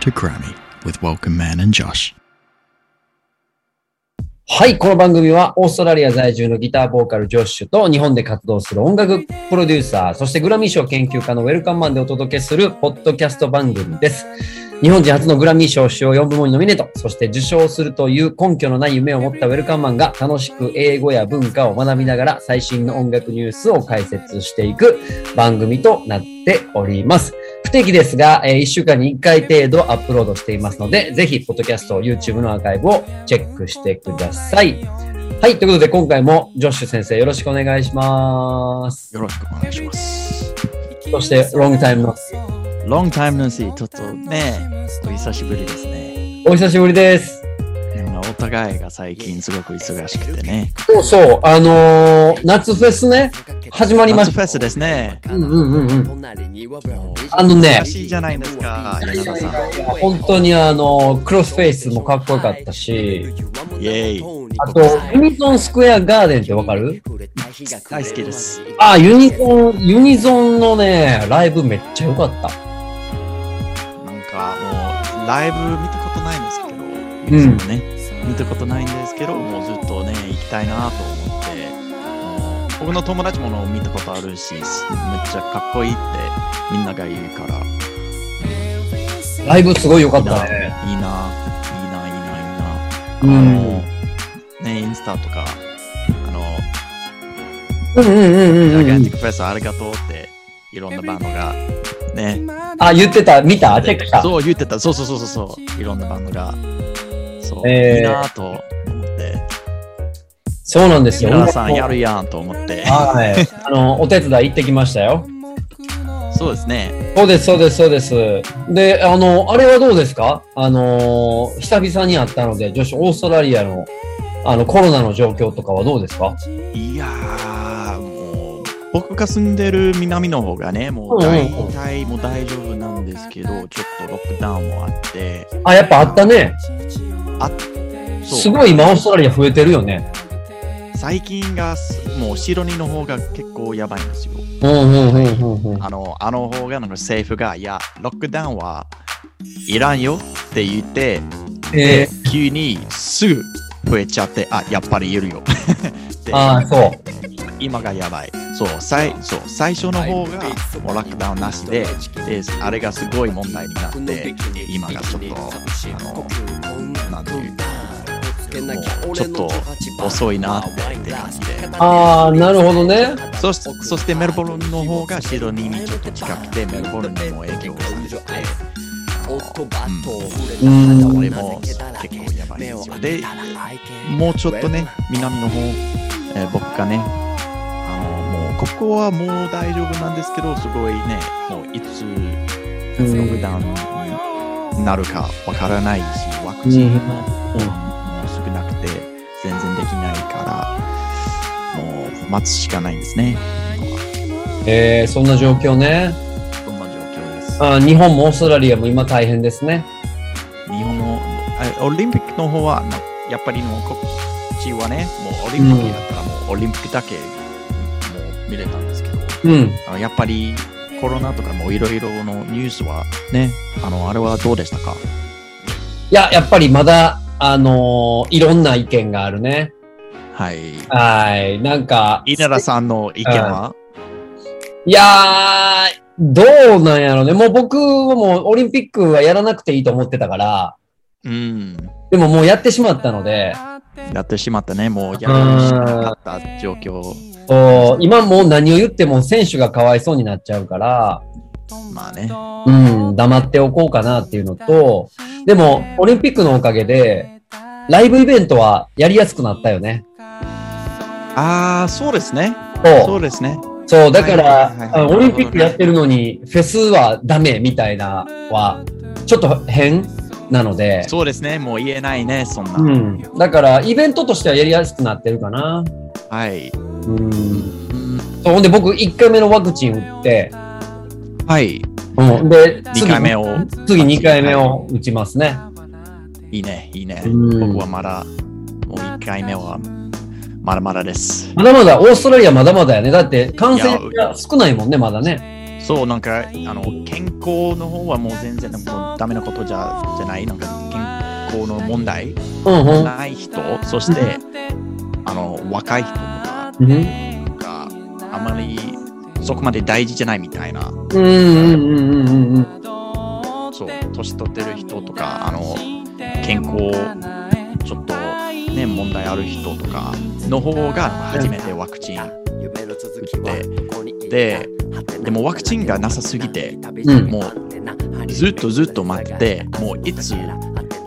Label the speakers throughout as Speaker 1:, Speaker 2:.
Speaker 1: to Grammy with Welcome Man and Josh.
Speaker 2: はい、この番組はオーストラリア在住のギターボーカルジョッシュと日本で活動する音楽プロデューサー、そしてグラミー賞研究家のウェルカンマンでお届けするポッドキャスト番組です。日本人初のグラミー賞主要4部門にノミネート、そして受賞するという根拠のない夢を持ったウェルカンマンが楽しく英語や文化を学びながら最新の音楽ニュースを解説していく番組となっております。不定期ですが、え1週間に1回程度アップロードしていますので、ぜひ、ポッドキャスト、YouTube のアーカイブをチェックしてください。はい、ということで、今回もジョッシュ先生、よろしくお願いします。
Speaker 1: よろしくお願いします。
Speaker 2: そして、ロングタイムの、
Speaker 3: ロングタイムのシー、ちょっとね、お久しぶりですね。
Speaker 2: お久しぶりです。
Speaker 3: まあお互いが最近すごく忙しくてね。
Speaker 2: そうそう、あのー夏フェスね、始まりま
Speaker 3: 夏
Speaker 2: し
Speaker 3: フ
Speaker 2: た。
Speaker 3: ェスですね。
Speaker 2: うんうんうんうん。
Speaker 4: あのね
Speaker 2: 忙、
Speaker 3: しいじゃないですか柳田さ
Speaker 2: ん本当にあのクロスフェイスもかっこよかったし
Speaker 4: イエイ。
Speaker 2: あと、ユニゾンスクエアガーデンってわかる
Speaker 3: 大好きです。
Speaker 2: あ、ユニゾン、ユニゾンのね、ライブめっちゃ良かった。
Speaker 3: なんかもう、ライブ見たことないんですけど、
Speaker 2: ん
Speaker 3: いつもね、見たことないんですけど、もうずっとね、行きたいなと思って、もう僕の友達もの見たことあるし、めっちゃかっこいいってみんなが言うから、
Speaker 2: ライブすごい良か
Speaker 3: い
Speaker 2: っ
Speaker 3: いな、
Speaker 2: た
Speaker 3: いいな、いいな、いい
Speaker 2: ね。
Speaker 3: な、いいな。
Speaker 2: う
Speaker 3: あ
Speaker 2: ん。
Speaker 3: の、ね、インスタとか、あの、
Speaker 2: うんうんうん
Speaker 3: ジ
Speaker 2: う
Speaker 3: ャ
Speaker 2: ん
Speaker 3: ギ
Speaker 2: う
Speaker 3: ャン
Speaker 2: ん
Speaker 3: ティ。ックプレスありがとうって、いろんなバンドが、ね、
Speaker 2: あ、言ってた、見たチェックした。
Speaker 3: そう言ってた、そうそうそうそうそう、いろんなバンドが、そう、
Speaker 2: えー
Speaker 3: いいなぁと思って、
Speaker 2: そうなんですよ。
Speaker 3: 皆さんやるやんと思って、
Speaker 2: はい。あの、お手伝い行ってきましたよ。
Speaker 3: そうですね、
Speaker 2: そうです、そうです、そうです。で、あの、あれはどうですかあの、久々に会ったので、女子オーストラリアの、あの、コロナの状況とかはどうですか
Speaker 3: いやー、もう、僕が住んでる南の方がね、もう大体もう大丈夫なんですけど、ちょっとロックダウンもあって、
Speaker 2: あ、やっぱあったね。
Speaker 3: そう
Speaker 2: すごい今、オーストラリア増えてるよね。
Speaker 3: 最近がすもうシドニーの方が結構やばいんですよ。
Speaker 2: うんうんうんうんうん。
Speaker 3: あの、あの方がなんか政府が、いや、ロックダウンはいらんよって言って、
Speaker 2: えー、
Speaker 3: 急にすぐ増えちゃって、あ、やっぱりいるよ。 で
Speaker 2: あー、そう。
Speaker 3: 今がやばい。そう、最そう最初の方がもうロックダウンなしで、であれがすごい問題になって、今がちょっと、あの、なんていうもうちょっと遅いなってって感じで。
Speaker 2: あー、なるほどね。
Speaker 3: そしそしてメルボルンの方がシドニーにちょっと近くてメルボルンにも影響が出て
Speaker 2: うん
Speaker 3: これも結構やばいですよでもうちょっとね南の方、えー僕がねあのもうここはもう大丈夫なんですけどすごいねもういつロックダウンになるかわからないしワクチンも
Speaker 2: うん
Speaker 3: もう少なくて全然できないからもう待つしかないんですね
Speaker 2: えー、そんな状況ね。
Speaker 3: こんな状況です
Speaker 2: あー日本もオーストラリアも今大変ですね。
Speaker 3: 日本のあオリンピックの方は、まあやっぱりもうこっちはね、もうオリンピックだったらもうオリンピックだけもう見れたんですけど、
Speaker 2: うん。
Speaker 3: あのやっぱりコロナとかもいろいろのニュースはね、あのあれはどうでしたか
Speaker 2: いや、やっぱりまだ、あのーいろんな意見があるね。
Speaker 3: はい。
Speaker 2: はい。なんか、い
Speaker 3: 稲田さんの意見は、
Speaker 2: やー、どうなんやろね。もう僕はもうオリンピックはやらなくていいと思ってたから、
Speaker 3: うん、
Speaker 2: でももうやってしまったので、
Speaker 3: やってしまったね、もうやるしかなかった状況。
Speaker 2: そう今もう何を言っても選手がかわいそうになっちゃうから、
Speaker 3: まあね、
Speaker 2: うん、黙っておこうかなっていうのと、でも、オリンピックのおかげで、ライブイベントはやりやすくなったよね。
Speaker 3: ああ、そうですね。
Speaker 2: そ
Speaker 3: そう
Speaker 2: う。
Speaker 3: ですね。
Speaker 2: そう、だか
Speaker 3: はいはい
Speaker 2: ら、
Speaker 3: はい
Speaker 2: あオリンピックやってるのに、フェスはダメみたいなは、ちょっと変なので、
Speaker 3: そうですね。もう言えないね、そんな。
Speaker 2: うん。だから、イベントとしてはやりやすくなってるかな。
Speaker 3: はい。
Speaker 2: うん。
Speaker 3: うん
Speaker 2: そう、ほんで僕、1回目のワクチン打って、
Speaker 3: はい。
Speaker 2: うん。で、次
Speaker 3: 2回目を。
Speaker 2: 次2回目を打ちますね。
Speaker 3: いいね、いいね。
Speaker 2: うん
Speaker 3: 僕はまだ、もう1回目は、まだまだです。
Speaker 2: まだまだ、オーストラリアまだまだやね。だって、感染が少ないもんね、まだね。
Speaker 3: そう、なんか、あの、健康の方はもう全然、もうダメなことじゃじゃない、なんか健康の問題
Speaker 2: うんうん。うん
Speaker 3: ない人、そして、あの、若い人とか
Speaker 2: うん
Speaker 3: があまりそこまで大事じゃないみたいな、
Speaker 2: うんうんうんうんうん。
Speaker 3: そう、年取ってる人とか、あの、健康、ちょっとね、問題ある人とかの方が初めてワクチン
Speaker 4: 打って
Speaker 3: で
Speaker 4: で
Speaker 3: で
Speaker 4: で
Speaker 3: も
Speaker 4: も
Speaker 3: ワ
Speaker 4: ワ
Speaker 3: ク
Speaker 4: ク
Speaker 3: チ
Speaker 4: チ
Speaker 3: ン
Speaker 4: ン
Speaker 3: が
Speaker 4: が
Speaker 3: な
Speaker 4: な
Speaker 3: さ
Speaker 4: さ
Speaker 3: す
Speaker 4: す
Speaker 3: ぎ
Speaker 4: ぎ
Speaker 3: て
Speaker 4: て、
Speaker 2: うん
Speaker 4: もうずっとずっと待ってもういつ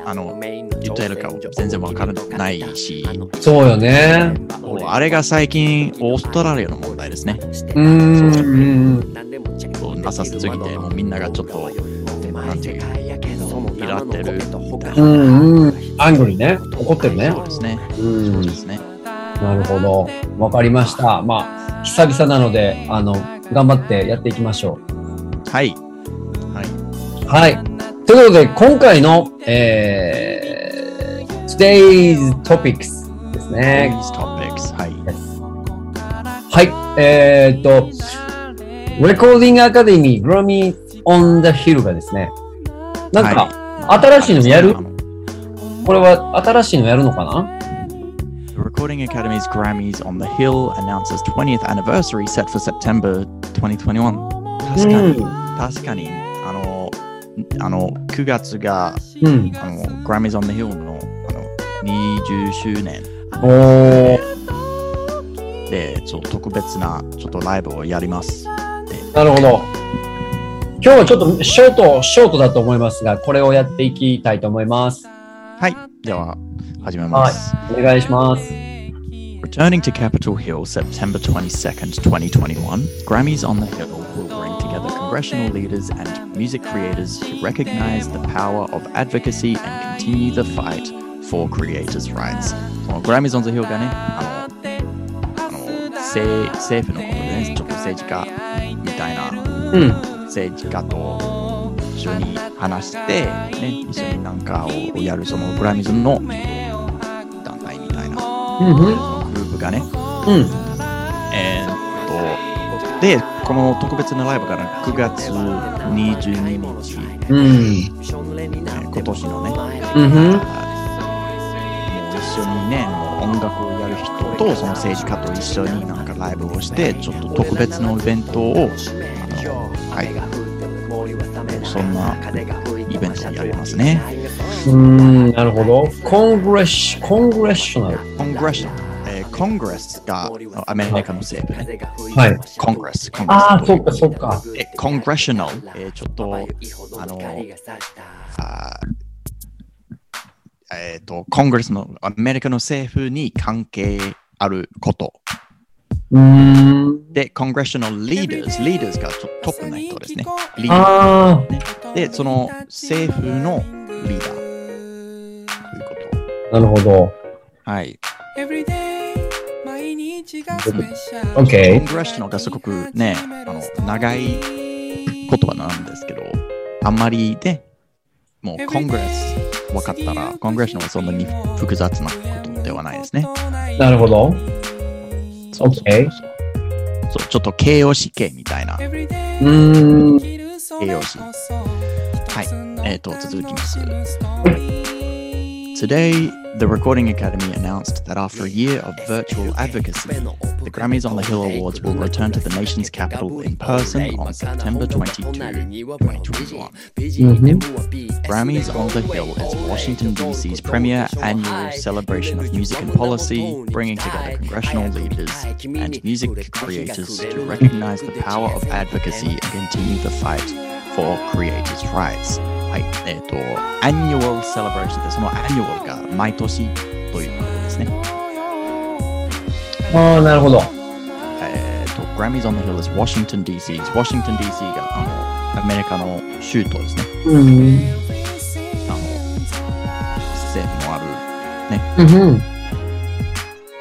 Speaker 4: あの
Speaker 3: 言
Speaker 4: 言
Speaker 3: っ
Speaker 4: ってて
Speaker 3: る
Speaker 4: る
Speaker 3: か
Speaker 4: か
Speaker 3: 全
Speaker 4: 全
Speaker 3: 然
Speaker 4: 然
Speaker 3: わ
Speaker 4: わ
Speaker 3: か
Speaker 4: からら
Speaker 3: な
Speaker 4: ないい
Speaker 3: し
Speaker 4: し
Speaker 2: そうよね
Speaker 3: あれが最近オーストラリアの問題ですね
Speaker 2: うーんうん
Speaker 3: そうなさすぎてもうみんながちょっとなんていうかイラってるみたいな
Speaker 2: うんうんうん。アングリーね。怒ってるね
Speaker 3: そう。ですね
Speaker 2: う
Speaker 3: そうんで。すね
Speaker 2: なるほど。わかりました。まあ、久々なので、あの、頑張ってやっていきましょ。
Speaker 3: はいはいう
Speaker 2: はい。ということで、今回の、えー、Today's Topics ですね。
Speaker 3: These topics はい
Speaker 2: はい、えーっと、レコーディングアカデミー、グラミー・オン・ザ・ヒルがですね、なんか、新しいのやるこれは新しいのやるのかな
Speaker 3: The Recording Academy's Grammys on the Hill announces 20th anniversary set for September 2021確かに、
Speaker 2: うん
Speaker 3: 確かにあのあの9月が
Speaker 2: うん。
Speaker 3: あの Grammys on the Hill のあの20周年
Speaker 2: おー、
Speaker 3: で、そう特別なちょっとライブをやります。
Speaker 2: なるほど。今日はちょっとショート、ショートだと思いますが、これをやっていきたいと思います。
Speaker 3: はい、では始めます。
Speaker 2: お願いします。
Speaker 3: Returning to Capitol Hill September 22nd, 2021, Grammys on the Hill will bring together congressional leaders and music creators to recognize the power of advocacy and continue the fight for creators' rights. この Grammys on the Hill がね、あの、あの政政府のことでね、ちょっと政治家みたいな
Speaker 2: うん。
Speaker 3: 政治家と一緒に話して、ね、一緒になんかをやるそのグラミズの団体みたいな
Speaker 2: うん
Speaker 3: グ
Speaker 2: う
Speaker 3: ル
Speaker 2: ん。
Speaker 3: ープがね、
Speaker 2: うん。
Speaker 3: えーっとでこの特別なライブがね9月22日、
Speaker 2: うん。
Speaker 3: ね今年のねもう
Speaker 2: うんふん。
Speaker 3: 一緒にねもう音楽をやる人とその政治家と一緒になんかライブをしてちょっと特別なイベントをあのはいそんなイベントをやりますね。
Speaker 2: うーん、なるほど。コングレッシュ、コングレッショナル。
Speaker 3: コングレッション、えー、コングレスがあアメリカの政府ね。
Speaker 2: はい
Speaker 3: コングレス、コングレス。
Speaker 2: ああ、そっかそっか。
Speaker 3: え、コングレッショナル、えーちょっと、あの、あーえっ、と、コングレスのアメリカの政府に関係あること。
Speaker 2: うーん。
Speaker 3: で、コングレッショナルリーダーズ、リーダーズがちょっとトップな人ですね。リーダ
Speaker 2: あ
Speaker 3: ー。で、その政府のリーダー。ということ。
Speaker 2: あ、なるほど。
Speaker 3: はい。
Speaker 5: 毎日がスペシャル
Speaker 2: OK
Speaker 3: コングレッショナルがすごくね、あの、長い言葉なんですけど、あんまりね、もうコングレス分かったら、コングレッショナルはそんなに複雑なことではないですね。
Speaker 2: なるほど。
Speaker 3: そうそう
Speaker 2: OK
Speaker 3: そうちょっと形容詞形みたいな。はい。
Speaker 2: うーん。
Speaker 5: 栄養士
Speaker 3: えっ、と、続きます。Today, the Recording Academy announced that after a year of virtual advocacy,
Speaker 4: The
Speaker 3: the Grammys on the Hill Awards will return to the nation's capital in person on September 22, 2021.
Speaker 4: Grammys on the Hill is Washington, D.C.'s premier annual celebration of music and policy, bringing together congressional leaders
Speaker 3: and music creators to recognize the power of advocacy and continue the fight for creators' rights. はい、えっ、と、annual celebration でその annual が毎年ということですね。
Speaker 2: ああ、なるほど。
Speaker 3: えっ、と、Grammys on the Hill is Washington D.C.'s。Washington D.C. があのアメリカの州都ですね。
Speaker 2: う
Speaker 3: あ
Speaker 2: ん。
Speaker 3: の、政府のある
Speaker 2: うん。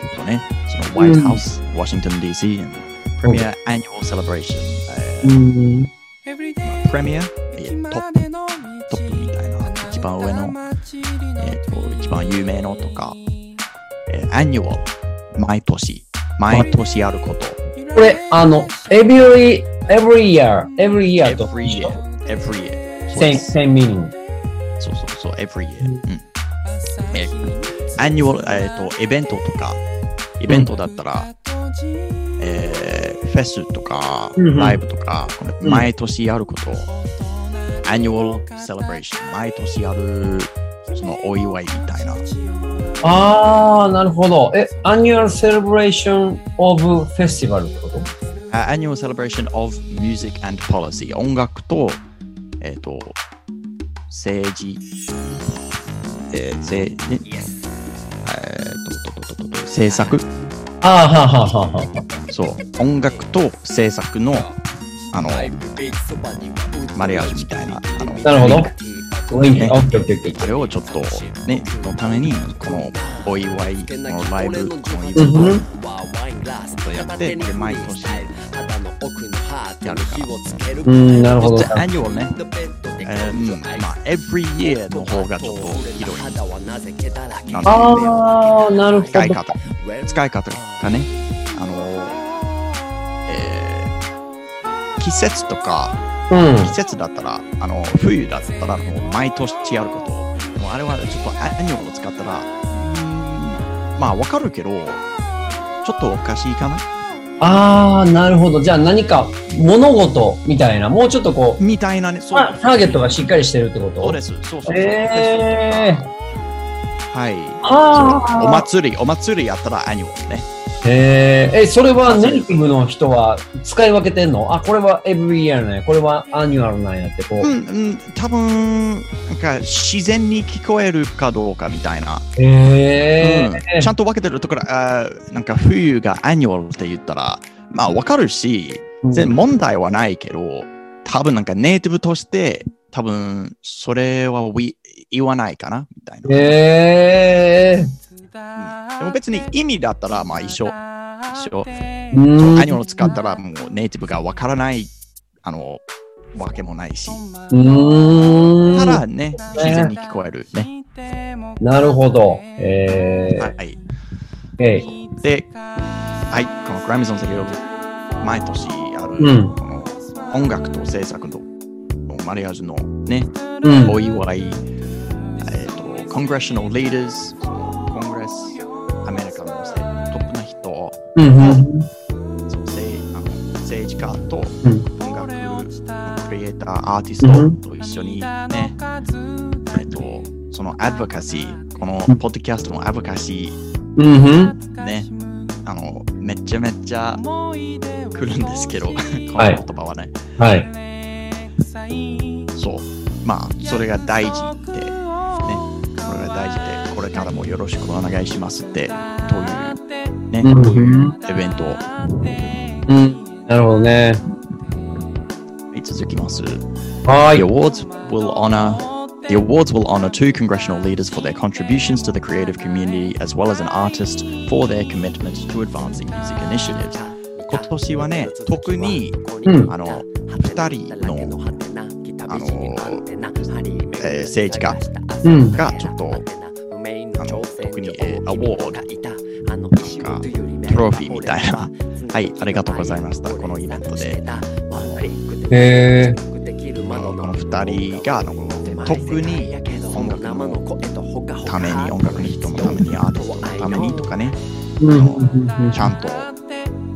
Speaker 3: とこね。その White House、Washington D.C. and Premier Annual Celebration、え
Speaker 2: うん。
Speaker 3: ー。Premier、えートップトップみたいな一番上の、えー、と一番有名のとか、えー、アニュアル毎年毎年あること
Speaker 2: これ、あの、every, every year, every year と
Speaker 3: every year every year そうで
Speaker 2: 1000、
Speaker 3: す
Speaker 2: 1000 meaning。
Speaker 3: そうそうそう、every year。うん。えアニュアル、えっ、と、イベントとか、イベントだったら、えーフェスとか、
Speaker 2: うんうん
Speaker 3: ライブとか、これ
Speaker 2: うん
Speaker 3: 毎年やること、アニュアルセレブレーション、毎年やる、そのお祝いみたいな。
Speaker 2: ああ、なるほど。え、アニュアルセレブレーションオブフェスティバルってこと
Speaker 3: アニュアルセレブレーション of music and policy。音楽と、えっ、と、政治、えー、政、ええーとととととと政策
Speaker 2: ああ、はあはあはあはあ。
Speaker 3: そう、音楽と制作の、あの、マ
Speaker 4: マ
Speaker 3: リ
Speaker 4: リ
Speaker 3: ア
Speaker 4: ア
Speaker 3: ー
Speaker 4: ー
Speaker 3: ジ
Speaker 4: ジ
Speaker 3: ュみた
Speaker 4: ュみた
Speaker 3: い
Speaker 4: い
Speaker 3: なあ
Speaker 4: な。あ
Speaker 3: の
Speaker 4: の
Speaker 2: なるほど。ウィンク、
Speaker 3: ね
Speaker 2: オッケーオッケーオッケー。
Speaker 3: それをちょっと、ね、のために、このお祝い、このライブ、このイベ
Speaker 2: う
Speaker 3: ン
Speaker 2: ん
Speaker 3: ト、
Speaker 2: ふん。
Speaker 4: とやってで毎年やるか
Speaker 2: う
Speaker 4: ら
Speaker 2: んなるほど
Speaker 3: アニュアルね、えー
Speaker 4: うん
Speaker 3: うん、まあ、every year の方がちょっと広い。
Speaker 4: い
Speaker 3: なんていうの
Speaker 2: ああ、なるほど。
Speaker 3: 使い方、 使い方がね、あの、えー季節とか、
Speaker 2: うん。
Speaker 3: 季節だったら、あの、冬だったら、もう毎年やること。でもあれはちょっとアニュアルを使ったら、うーんまあ、わかるけど、ちょっとおかしいかな
Speaker 2: ああ、なるほど。じゃあ何か物事みたいな、もうちょっとこう、
Speaker 3: みたいなね、そう
Speaker 2: タターゲットがしっかりしてるってこ
Speaker 3: そう
Speaker 2: と
Speaker 3: です。そうそうそう。
Speaker 2: え
Speaker 3: はい。
Speaker 2: あー
Speaker 3: そうお祭り、お祭りやったらアニュアルね。
Speaker 2: ー、えー、え、それはネイティブの人は使い分けてんのあ、これはエブリ y ア a なんや、これはアニュアルなんやってこう。
Speaker 3: うん、うん、多分、なんか自然に聞こえるかどうかみたいな。
Speaker 2: えー
Speaker 3: うん、ちゃんと分けてるところ、あーなんか冬がアニュアルって言ったら、まあわかるし、
Speaker 2: うん
Speaker 3: 全然問題はないけど、多分なんかネイティブとして、多分それは we- 言わないかなみたいな。
Speaker 2: え
Speaker 3: でも別に意味だったらまあ一緒。一緒。
Speaker 2: ー、う
Speaker 3: そうアニ
Speaker 2: ー
Speaker 3: ュアル使ったらもうネイティブがわからない、あの、わけもないし。
Speaker 2: ん。う
Speaker 3: た
Speaker 2: ーん。
Speaker 3: だね、自然に聞こえるね。
Speaker 2: なるほど。えー、
Speaker 3: はい。
Speaker 2: えい
Speaker 3: で、はい、このグラミーゾン先ほど、毎年ある、
Speaker 2: うん
Speaker 3: この音楽と制作のマリアージュのね、
Speaker 2: うん。
Speaker 3: お祝い、えっ、と、コングレッショナルリーダーズ、そのコングレス、アメリカのせトップな人、
Speaker 2: うんうん。
Speaker 3: そのせいあの政治家と
Speaker 2: うん
Speaker 3: 音楽のクリエイター、アーティ
Speaker 2: うん
Speaker 3: ストと一緒にね、えっ、と、そのアドバカシー、このポッドキャストのアドバカシー、
Speaker 2: うんうん。
Speaker 3: ね、あの、めちゃめちゃ来るんですけど、この言
Speaker 2: はい
Speaker 3: 葉はね。
Speaker 2: はい。
Speaker 3: そう。まあ、それが大事で、ね、それが大事で、これからもよろしくお願いしますって、という、ね、
Speaker 2: うん
Speaker 3: こういうイベントを
Speaker 2: うん。なるほどね。
Speaker 3: 続きます。
Speaker 2: はー
Speaker 3: The
Speaker 2: い。
Speaker 3: awards will honor The awards will honor two congressional leaders for their contributions to the creative community as well as an artist for their commitment to advancing music initiatives. 今年はね、特に、
Speaker 2: うん
Speaker 3: あの、
Speaker 4: 二
Speaker 3: 二人
Speaker 4: 人
Speaker 3: の
Speaker 4: の、
Speaker 3: あ
Speaker 4: あ
Speaker 3: の
Speaker 4: の、
Speaker 3: えー
Speaker 4: え
Speaker 3: 政治
Speaker 4: 政治
Speaker 3: 家
Speaker 4: 家
Speaker 2: うん
Speaker 3: が
Speaker 4: が
Speaker 3: ち
Speaker 4: ち
Speaker 3: ょ
Speaker 4: ょ
Speaker 3: っ
Speaker 4: っ
Speaker 3: と
Speaker 4: と、
Speaker 3: あ
Speaker 4: あ
Speaker 3: の
Speaker 4: の、
Speaker 3: 特
Speaker 4: 特
Speaker 3: に
Speaker 4: に、
Speaker 3: え
Speaker 4: え
Speaker 3: ー
Speaker 4: ー、
Speaker 3: ア
Speaker 4: ア
Speaker 3: ワー
Speaker 4: ワー
Speaker 3: ド
Speaker 4: ド、
Speaker 3: な
Speaker 4: なんん
Speaker 3: か
Speaker 4: か、
Speaker 3: ト
Speaker 4: ト
Speaker 3: ロ
Speaker 4: ロ
Speaker 3: フ
Speaker 4: フ
Speaker 3: ィーみ
Speaker 4: ィーみ
Speaker 3: た
Speaker 4: た
Speaker 3: い
Speaker 4: い
Speaker 3: な
Speaker 4: な。
Speaker 3: はいあ
Speaker 4: あ
Speaker 3: り
Speaker 4: り
Speaker 3: が
Speaker 4: が
Speaker 3: と
Speaker 4: と
Speaker 3: うご
Speaker 4: うご
Speaker 3: ざ
Speaker 4: ざ
Speaker 3: い
Speaker 4: い
Speaker 3: ま
Speaker 4: ま
Speaker 3: し
Speaker 4: したた。
Speaker 3: こ
Speaker 4: こ
Speaker 3: の
Speaker 4: の
Speaker 3: イ
Speaker 4: イ
Speaker 3: ベ
Speaker 4: ベ
Speaker 3: ン
Speaker 4: ン
Speaker 3: ト
Speaker 4: ト
Speaker 3: で
Speaker 4: で。
Speaker 2: へ
Speaker 3: この2人が特に音楽のために音楽の人のためにアーティストのためにとかね
Speaker 2: ー。うん
Speaker 3: の
Speaker 2: うんうん
Speaker 3: ちゃんと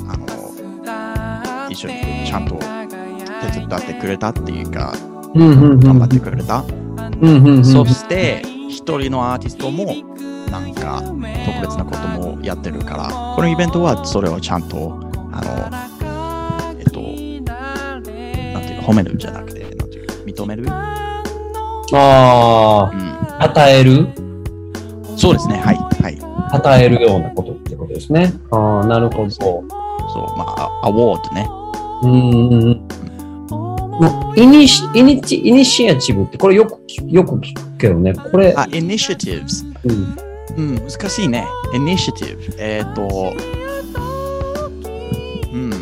Speaker 3: あの一緒にちゃんと手伝ってくれたっていうか
Speaker 2: うんうんうん。
Speaker 3: 頑張ってくれた、
Speaker 2: うんうんうん。
Speaker 3: そして一人のアーティストもなんか特別なこともやってるからこのイベントはそれをちゃんとあのえっとなんていうの褒めるじゃなくてなんていうの認める、う
Speaker 2: あ
Speaker 3: ん、
Speaker 2: あ、称える
Speaker 3: そうですねはいはい
Speaker 2: 称えるようなことってことですね。ああ、なるほど。
Speaker 3: そう、まあ、アワードね。
Speaker 2: うんうんうん。イニシイニチイニシアチブって、これよく聞よく聞くけどね。これ、
Speaker 3: あ、initiatives。
Speaker 2: うん、
Speaker 3: うん、難しいね。initiative。えっ、と、うん、ど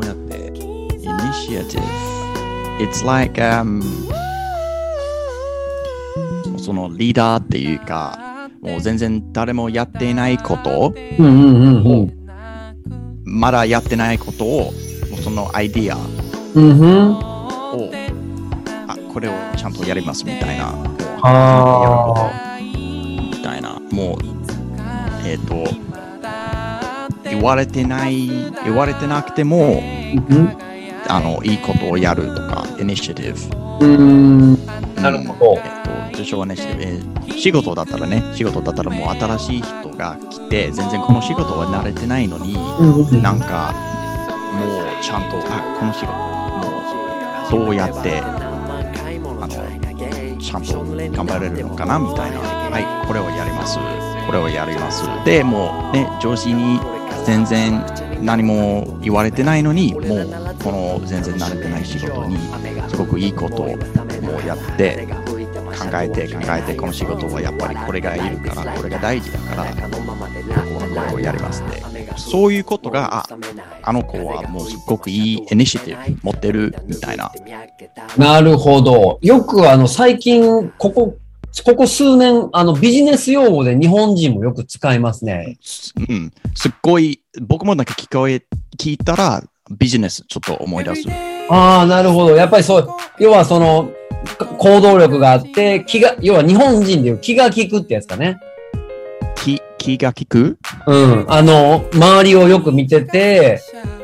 Speaker 3: うやって。initiative。It's like, um, そのリーダーっていうか、もう全然誰もやっていないこと、
Speaker 2: うんうんうんうん。
Speaker 3: まだやってないことを、もうそのアイディア
Speaker 2: うんうん。
Speaker 3: を、あ、ここれをちゃんとやりますみたいな、
Speaker 2: あ
Speaker 3: みたいな、もう、えっ、と、言われてない、言われてなくても、
Speaker 2: ー。
Speaker 3: あの、いいことをやるとか、イニシティブ。
Speaker 2: うん。なるほど
Speaker 3: えっ、と、受賞はね、してえー仕事だったらね、仕事だったらもう新しい人が来て、全然この仕事は慣れてないのに、
Speaker 2: うん。
Speaker 3: なんか、もうちゃんと、あ、この仕事、もう、どうやって、あの、ちゃんと頑張れるのかな、みたいな。はい、これをやります。これをやります。で、もうね、上司に全然何も言われてないのに、もう、この全然慣れてない仕事に、すごくいいことをもうやって、考えて考えてこの仕事はやっぱりこれがいるからこれが大事だからこの子をやりますねそういうことがああの子はもうすっごくいいイニシティブ持ってるみたいな
Speaker 2: なるほど。よくあの、最近、ここ、ここ数年、あの、ビジネス用語で日本人もよく使いますね。
Speaker 3: うんすっごい僕もなんか聞こえ聞いたらビジネスちょっと思い出す
Speaker 2: ああ、なるほど。やっぱりそう、要はその、か行動力があって、気が、要は日本人でいう気が利くってやつかね。
Speaker 3: 気気が利く
Speaker 2: うん。あの、周りをよく見てて、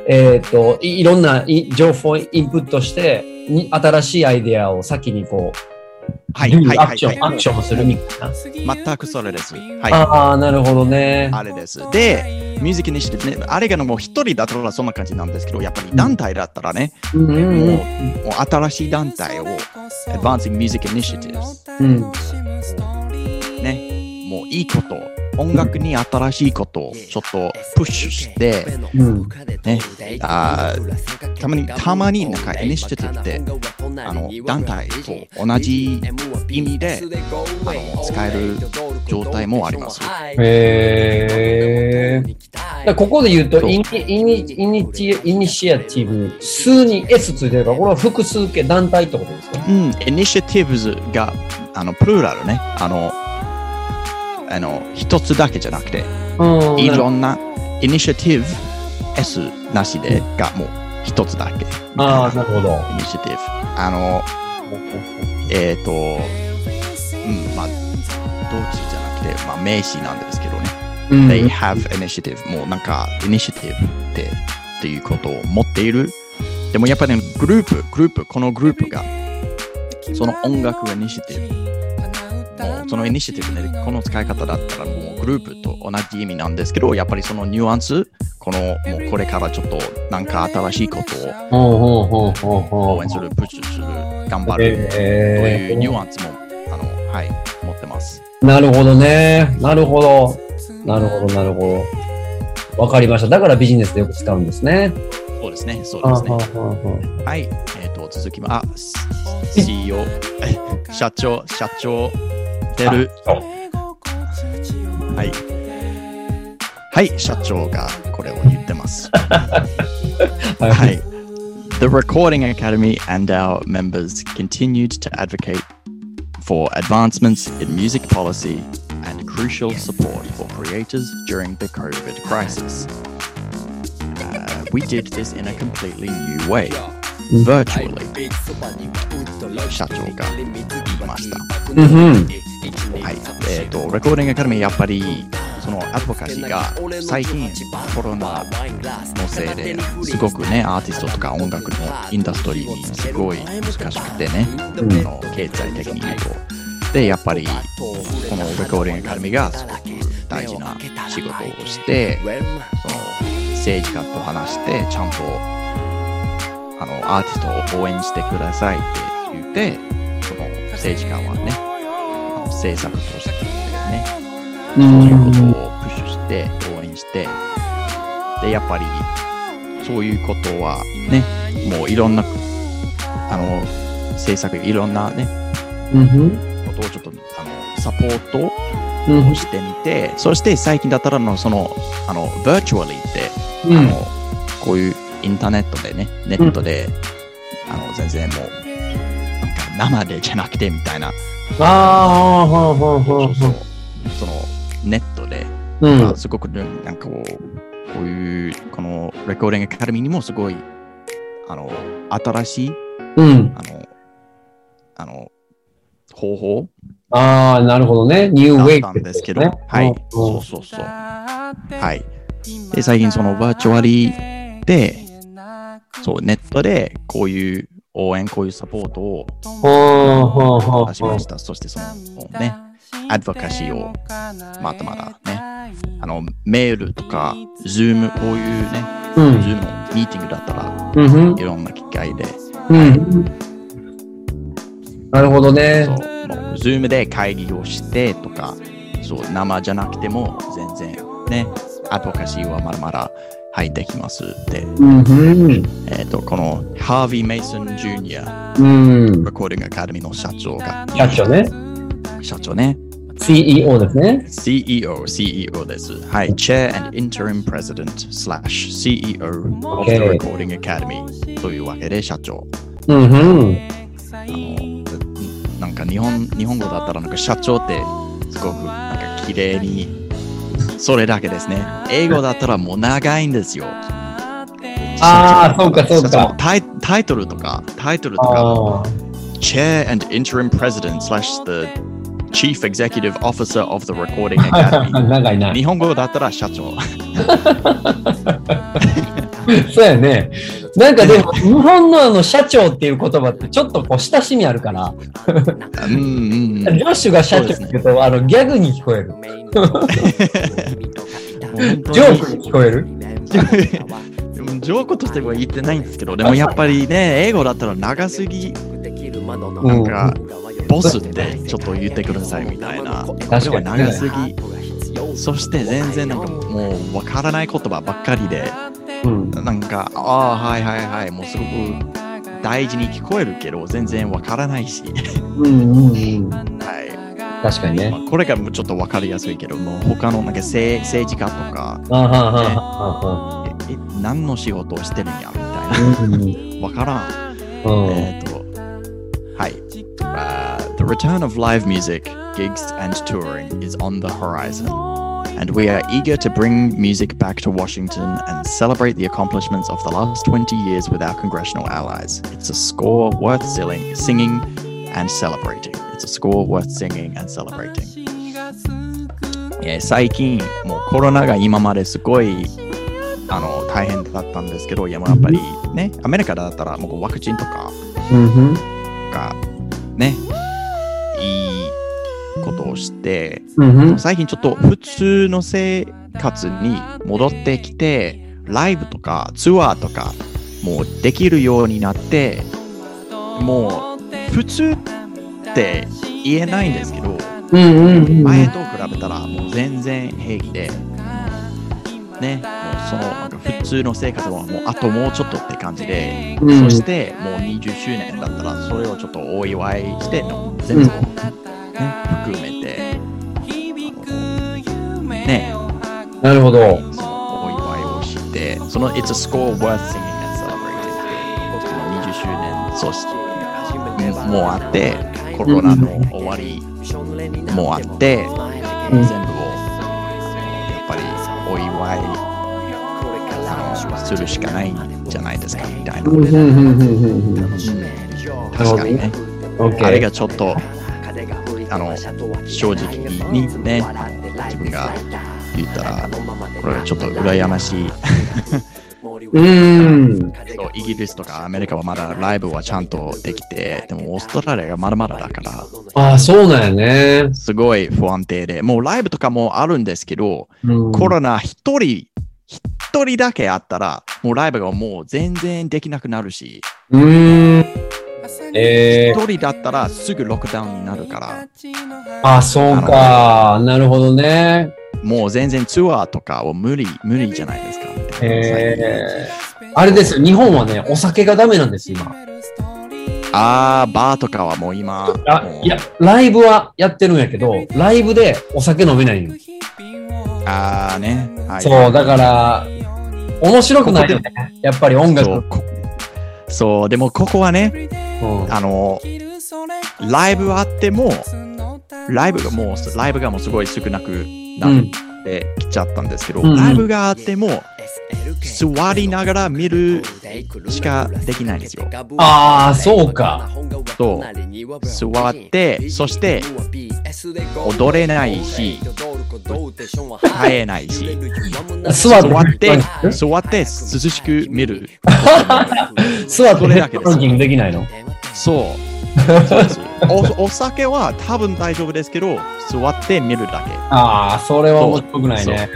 Speaker 2: えっ、とい、いろんない情報をインプットして、に新しいアイデアを先にこ
Speaker 3: は
Speaker 2: う、
Speaker 3: い
Speaker 2: どう
Speaker 3: はい
Speaker 2: ア
Speaker 3: は
Speaker 2: ク
Speaker 3: い
Speaker 2: ション、
Speaker 3: はい
Speaker 2: アクションをするみたいな。
Speaker 3: 全くそれですはい
Speaker 2: ああ、なるほどね。
Speaker 3: あれですでミュージックイニシティブねあれがもう一人だったらそんな感じなんですけどやっぱり団体だったらね
Speaker 2: うんう
Speaker 3: もうん
Speaker 2: うん。
Speaker 3: もう新しい団体を Advancing Music Initiatives
Speaker 2: うん
Speaker 3: ねもういいこと音楽に新しいことをちょっとプッシュして
Speaker 2: うん
Speaker 4: ね
Speaker 3: あ
Speaker 4: たまにたまになんか
Speaker 3: イニシ
Speaker 4: NHT
Speaker 3: ティブ
Speaker 4: っ
Speaker 3: って
Speaker 4: て
Speaker 3: あ
Speaker 4: あ
Speaker 3: の
Speaker 4: の
Speaker 3: 団
Speaker 4: 団
Speaker 3: 体
Speaker 4: 体
Speaker 3: と
Speaker 4: と
Speaker 3: 同
Speaker 4: 同
Speaker 3: じ
Speaker 4: じ
Speaker 3: 意味
Speaker 4: 意味
Speaker 3: で
Speaker 4: で
Speaker 3: あ
Speaker 4: あ
Speaker 3: の
Speaker 4: の
Speaker 3: 使
Speaker 4: 使
Speaker 3: え
Speaker 4: え
Speaker 3: る
Speaker 4: る
Speaker 3: 状
Speaker 4: 状
Speaker 3: 態
Speaker 4: 態
Speaker 3: も
Speaker 4: も
Speaker 3: あ
Speaker 4: あ
Speaker 3: り
Speaker 4: り
Speaker 3: ま
Speaker 4: ますす。
Speaker 2: へだからここで言うと、イニイニイニチイニシアティブ、数に S ついてるから、これは複数形、団体ってことですか
Speaker 3: うんイニシティブズがあのプルーラルねあのあの一つだけじゃなくて
Speaker 2: うん
Speaker 3: いろんなイニシティブ S なしでがもう一つだけ
Speaker 2: ああ、なるほど。
Speaker 3: イニシティブあのえっ、と、うん、まあ、動詞じゃなくて、まあ、名詞なんですけどね。
Speaker 2: うん
Speaker 3: They have initiative. もうなんか、イニシティブって、っていうことを持っている。でもやっぱり、ね、グループ、グループ、このグループが、その音楽イニシティブ、もうそのイニシティブね、この使い方だったらもうグループと同じ意味なんですけど、やっぱりそのニュアンス、この、もうこれからちょっとなんか新しいこと
Speaker 2: ほうほうほうほう
Speaker 3: を
Speaker 2: ほ
Speaker 3: 応援する、プッシュする、頑張
Speaker 2: う。
Speaker 3: る、と
Speaker 2: え
Speaker 3: いうニュアンスも、あの、はい、持ってます。
Speaker 2: ー、なるほどね。なるほど。なるほど、なるほど。わかりました。だからビジネスでよく使うんですね。
Speaker 3: そうですね、そうですね。
Speaker 2: ああ
Speaker 3: はい、えっ、と、続きま、あ、CEO、社長、社長、出る。はい。はい、社長がこれを言ってます。
Speaker 2: あああ
Speaker 3: はい。The Recording Academy and our members continued to advocate for advancements in music policy and crucial support for creators during the COVID crisis. Uh, we did this in a completely new way, virtually. 社長が言いました。
Speaker 2: うんうん。
Speaker 3: はい、えっ、と、レコーディングアカデミー、やっぱり、そのアドボカシーが最近コロナのせいですごくね、アーティストとか音楽のインダストリーにすごい難しくてね、
Speaker 2: うん
Speaker 3: あの経済的に言うと。で、やっぱり、このレコーディングアカデミーがすごく大事な仕事 をして、その政治家と話して、ちゃんとあのアーティストを応援してくださいって言って、その政治家はね、あの政策としてね、そういうことをプッシュして、応援して、で、やっぱり、そういうことはね、もういろんな、あの、政策、いろんなね、
Speaker 2: うんうん
Speaker 3: ことをちょっと、あの、サポート
Speaker 2: うんうん
Speaker 3: をしてみて、そして最近だったらの、その、あの、virtually って、
Speaker 2: う
Speaker 3: あ
Speaker 2: ん
Speaker 3: のこういうインターネットでね、ネットで、あの全然もう、なんか生でじゃなくてみたいな、
Speaker 2: あーほうほうほう
Speaker 3: そうそ
Speaker 2: ほ
Speaker 3: ううそのネットで、
Speaker 2: うん
Speaker 3: まあすごくねなんかこう、こういう、このレコーディングアカデミーにもすごい、あの、新しい、
Speaker 2: うん
Speaker 3: あの、あの方法
Speaker 2: ああ、なるほどね。ニュー
Speaker 3: だ
Speaker 2: ウェ
Speaker 3: っ
Speaker 2: イ
Speaker 3: た
Speaker 2: ブ
Speaker 3: んですけど、はい、そうそうそう。は
Speaker 5: はい
Speaker 3: い。
Speaker 5: で最近そのバーチャリで
Speaker 3: そう、ネットでこういう応援、こういうサポートを
Speaker 2: ほうほうほう
Speaker 3: 出し
Speaker 2: ほう
Speaker 3: ました。そしてそのもう
Speaker 5: ね
Speaker 3: ね、
Speaker 5: アドバカシーをまだまだね
Speaker 3: あの、メールとか、ズーム、こういうね、
Speaker 2: うん
Speaker 3: ズームのミーティングだったら、
Speaker 2: うんふん
Speaker 3: いろんな機会で、
Speaker 2: うん。なるほどね
Speaker 3: そ。う、もう、ズームで会議をしてとか、そう、生じゃなくても、全然、ね、アドボカシーはまだまだ入ってきますって、
Speaker 2: うんふん。
Speaker 3: えっ、と、この、ハービー・メイソン・ジュニア、
Speaker 2: うん。
Speaker 3: レコーディング・アカデミーの社長が、
Speaker 2: 社長ね。
Speaker 3: 社長ね、
Speaker 2: CEO ですね。
Speaker 3: CEO、CEO です。はい、Chair and Interim President slash CEO of the
Speaker 2: Okay.
Speaker 3: Recording Academy というわけで社長。
Speaker 2: うんふん。
Speaker 3: あのなんか日本日本語だったらなんか社長ってすごくなんか綺麗にそれだけですね。英語だったらもう長いんですよ。
Speaker 2: あーそうかそうか
Speaker 3: 社長タイタイトルとか、タイトルとか、
Speaker 2: ああ。
Speaker 3: Chair and Interim President slash the Chief Executive Officer of the Recording Academy。
Speaker 2: 長いな。
Speaker 3: 日本語だったら社長。
Speaker 2: そうやね。なんかでも、日本のあの、社長っていう言葉ってちょっとこう、親しみあるから、
Speaker 3: うんうん うん
Speaker 2: ジョッシュが社長って言うと、あの、ギャグに聞こえる。 ジョークに聞こ える
Speaker 3: でもジョークとしては言ってないんですけど、でもやっぱりね、英語だったら長すぎ、
Speaker 2: う
Speaker 4: なんんか、ボスってちょっと言ってくださいみたいな。
Speaker 3: 確
Speaker 2: かに
Speaker 4: これは長すぎ。
Speaker 3: そ
Speaker 4: そし
Speaker 3: してて全
Speaker 4: 全
Speaker 3: 然
Speaker 4: 然
Speaker 3: な
Speaker 4: なんん
Speaker 3: か
Speaker 4: か
Speaker 3: も
Speaker 4: もう
Speaker 3: うわからない言葉ばっかりで、
Speaker 2: うん。
Speaker 3: なんか、ああ、はいはいはい、もうすごく大事に聞こえるけど、全然わからないし、
Speaker 2: うんうんうん。
Speaker 3: はい
Speaker 2: 確かにね。
Speaker 3: まあこれがもうちょっとわかりやすいけど、もう他のなんか政政治家とか、
Speaker 2: あはははは。
Speaker 3: ええ何の仕事をしてるんやみたい
Speaker 2: うんうん
Speaker 3: な、わからん。
Speaker 2: うん。
Speaker 3: えっと、はい。Uh, the return of live music, gigs, and touring is on the horizon. And we are eager to bring music back to Washington and celebrate the accomplishments of the last 20 years with our congressional allies. It's a score worth singing, singing and celebrating. It's a score worth singing and celebrating. えー最近、もうコロナが今まですごいあの大変だったんですけど、いやもうやっぱりね、アメリカだったらもうワクチンとか、
Speaker 2: うんふん。
Speaker 3: かねいいことをして
Speaker 2: うんふん。
Speaker 3: 最近ちょっと普通の生活に戻ってきてライブとかツアーとかもうできるようになってもう普通って言えないんですけど
Speaker 2: うんうんうん。
Speaker 3: 前と比べたらもう全然平気でねもうそのなんか普通の生活はもうあともうちょっとって感じで
Speaker 2: うん
Speaker 3: そしてもう20周年だったらそれをちょっとお祝いしての全部を、ね含めてね
Speaker 2: なるほど。
Speaker 3: そのお祝いをしてその It's a score worth singing and celebrating っていう20周年そしてもうあってコロナの終わりもあって、
Speaker 2: うん
Speaker 3: 全部をやっぱりお祝いあのするしかないんじゃないですかみたいな、
Speaker 2: うんうんうんうんうん。
Speaker 3: 確かにね
Speaker 2: オッケ
Speaker 3: あれ
Speaker 2: ー。
Speaker 3: がちょっとあの正直にねあの自分が言ったらこれはちょっと羨ましい
Speaker 2: うん。
Speaker 3: そうイギリスとかアメリカはまだライブはちゃんとできてでもオーストラリアがまだまだだから
Speaker 2: ああ、そうなんやね。
Speaker 3: すごい不安定でもうライブとかもあるんですけど
Speaker 2: うん
Speaker 3: コロナ一人一人だけあったらもうライブがもう全然できなくなるし
Speaker 2: うーん。え
Speaker 3: 一人だったらすぐロックダウンになるから
Speaker 2: あ、そうか。なるほどね。
Speaker 3: もう全然ツアーとかを無理無理じゃないですかみたいな
Speaker 2: えー、あれですよ、日本はね、お酒がダメなんです、今。
Speaker 3: あー、バーとかはもう今、
Speaker 2: あ
Speaker 3: もう
Speaker 2: いや、ライブはやってるんやけど、ライブでお酒飲めないの。
Speaker 3: あーね、はい
Speaker 2: そう、だから、面白くないよね。やっぱり音楽。
Speaker 3: そううこそう、でもここはね、
Speaker 2: ん
Speaker 3: あの、ライブはあっても、ライブがもう、ライブがもうすごい少なくなってきちゃったんですけど、
Speaker 2: うん
Speaker 3: ライブがあっても、
Speaker 4: 座りながら見るしかできないんですよ。
Speaker 2: あーそうか。
Speaker 3: と座ってそして踊れない日歌えない日
Speaker 2: 座
Speaker 3: 座って
Speaker 2: え
Speaker 3: 座って涼しく見る
Speaker 2: 座って
Speaker 3: それだけです
Speaker 2: ランキングできないの
Speaker 3: そうそうですおお酒は多分大丈夫ですけど座って見るだ
Speaker 2: ああ、それは面白くないね。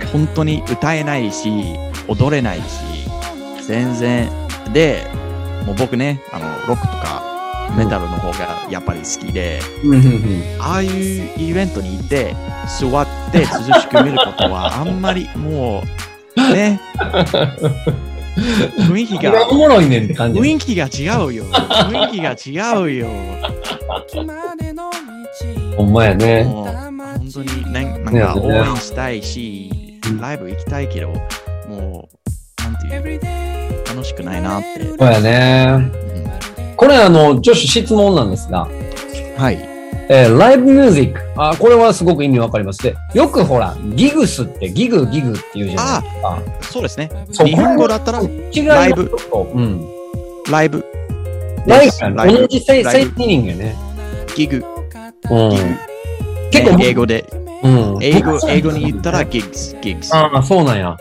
Speaker 3: け本当に歌えないし踊れないし全然でもう僕ねあのロックとかメタルの方がやっぱり好きで、
Speaker 2: うんうんうん
Speaker 3: ああいうイベントに行って、座って涼しく見ること は、あんまりもう、 ね、雰囲気
Speaker 2: これはお
Speaker 3: が、
Speaker 2: もろいねんって感じ。
Speaker 3: 雰囲気が違うよ。雰囲気が違うよ。
Speaker 2: ほんまやね。
Speaker 3: もう、本当になん、なんか応援したいし、ライブ行きたいけど、もう、なんていう、楽しくないなって。
Speaker 2: そうやね。これあの、女子質問なんですが、
Speaker 3: はい。
Speaker 2: えーライブミュージック。あーこれはすごく意味わかります。で、よくほら、ギグスってギグギグって言うじゃないですか。
Speaker 3: そうですね。
Speaker 2: そこ
Speaker 3: 日本語だったら、
Speaker 2: 違いの
Speaker 3: ライブ
Speaker 2: ことうん。
Speaker 3: ライブ、
Speaker 2: ライブ
Speaker 3: ライブ
Speaker 2: 同じセイ
Speaker 3: ライ
Speaker 2: セイ
Speaker 3: ブ
Speaker 2: ミニングよね。
Speaker 3: ギグ、
Speaker 2: うん
Speaker 3: ギグ。
Speaker 2: 結構、
Speaker 3: 英語で、
Speaker 2: うん。
Speaker 3: 英語、英語に言ったら、ギグス、ギグス。
Speaker 2: ああ、そうなんや。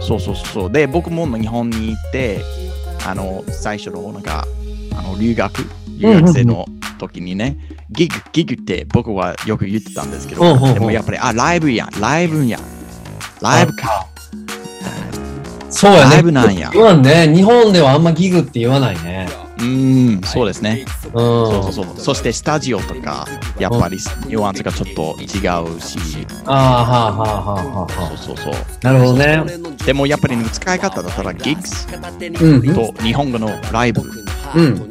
Speaker 3: そうそうそう。で、僕も日本に行って、あの、最初の、なんか、あの、留学、留学生の時にね、ギグ、ギグって僕はよく言ってたんですけど、
Speaker 2: うんうんうん
Speaker 3: でもやっぱり、あ、ライブやん、ライブやん、ライブか、
Speaker 2: そうやね。
Speaker 3: ライブなんや
Speaker 2: 言わんね。日本ではあんまギグって言わないね。
Speaker 3: うーん、そうですね。
Speaker 2: うん。
Speaker 3: そうそうそう。そして、スタジオとか、やっぱり、ニュアンスがちょっと違うし、
Speaker 2: ああ、はあ、はあ、はあ、はあ。
Speaker 3: そうそうそう。
Speaker 2: なるほどね。
Speaker 4: でもやっぱり使い方だったらギグス
Speaker 2: うん
Speaker 4: と日本語のライブ、
Speaker 2: うん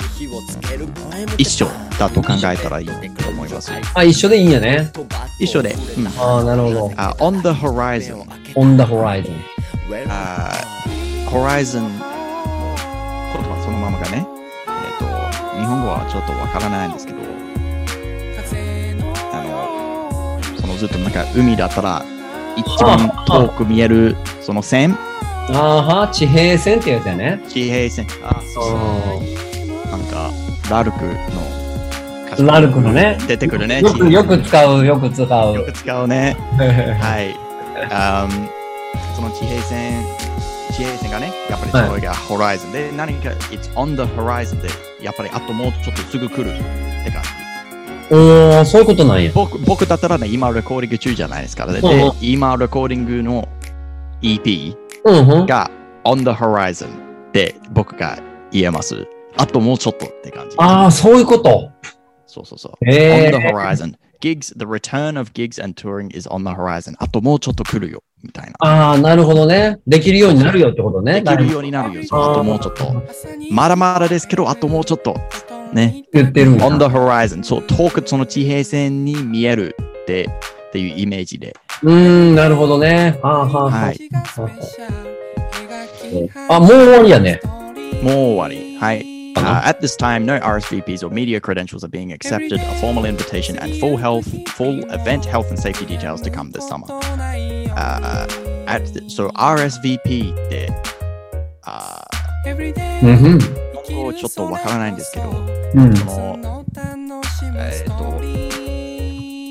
Speaker 4: 一緒だと考えたらいいと思います。
Speaker 2: あ、一緒でいいんやね。
Speaker 4: 一緒で、うん
Speaker 2: ああ、なるほど。
Speaker 3: あ、on the horizon。
Speaker 2: On the horizon。
Speaker 3: あー Horizon の言葉そのままがね、えっと日本語はちょっとわからないんですけどあのそのずっとなんか海だったら一番遠く見えるその線
Speaker 2: ああは、地平線ってやつやね。
Speaker 3: 地平線あ
Speaker 2: う
Speaker 3: なんかラルク
Speaker 2: ん。
Speaker 3: の
Speaker 2: ラルクのね。
Speaker 3: 出てくるね
Speaker 2: よく、
Speaker 3: 地
Speaker 2: よく使う、よく使
Speaker 3: よ
Speaker 2: う
Speaker 3: く。使うねはい。あーその地平線、地平線がね、やっぱりそれがホライズンで、何か、it's on the horizon で、やっぱりあともうちょっとすぐ来るって感じ。
Speaker 2: おお、そういうことなんや。
Speaker 3: 僕僕だったらね、今レコーディング中じゃないですから、で、
Speaker 2: うんうん
Speaker 3: 今レコーディングの EP
Speaker 2: うん、うん。
Speaker 3: が on the horizon で僕が言えます。あともうちょっとって感じ。
Speaker 2: ああ、そういうこと。
Speaker 3: そうそうそう。on
Speaker 2: へえ
Speaker 3: the horizon. Gigs, the return of gigs and touring is on the horizon. あともうちょっと来るよ、みたいな。
Speaker 2: ああ、なるほどね。できるようになるよってこと
Speaker 3: で
Speaker 2: ね。
Speaker 3: きる
Speaker 2: 言
Speaker 3: ようになるよ。
Speaker 5: あー
Speaker 3: そうあともうちょっと。まだまだですけど、あともうちょっと。ね
Speaker 2: ってるんだ
Speaker 3: on the horizon。そう、遠くその地平線に見えるってっていうイメージで。
Speaker 2: うーん、なるほどね。はあ、はあ、はあ
Speaker 3: はい。
Speaker 2: あ、もう終わりやね。
Speaker 3: もう終わり。はい。Uh, at this time, no RSVPs or media credentials are being accepted. A formal invitation and full health, full event health and safety details to come this summer. Uh, at the- so RSVP って、あ
Speaker 2: うん、うん。
Speaker 3: ー日本語ちょっとわからないんですけど、
Speaker 2: うん。
Speaker 3: その、えっ、と、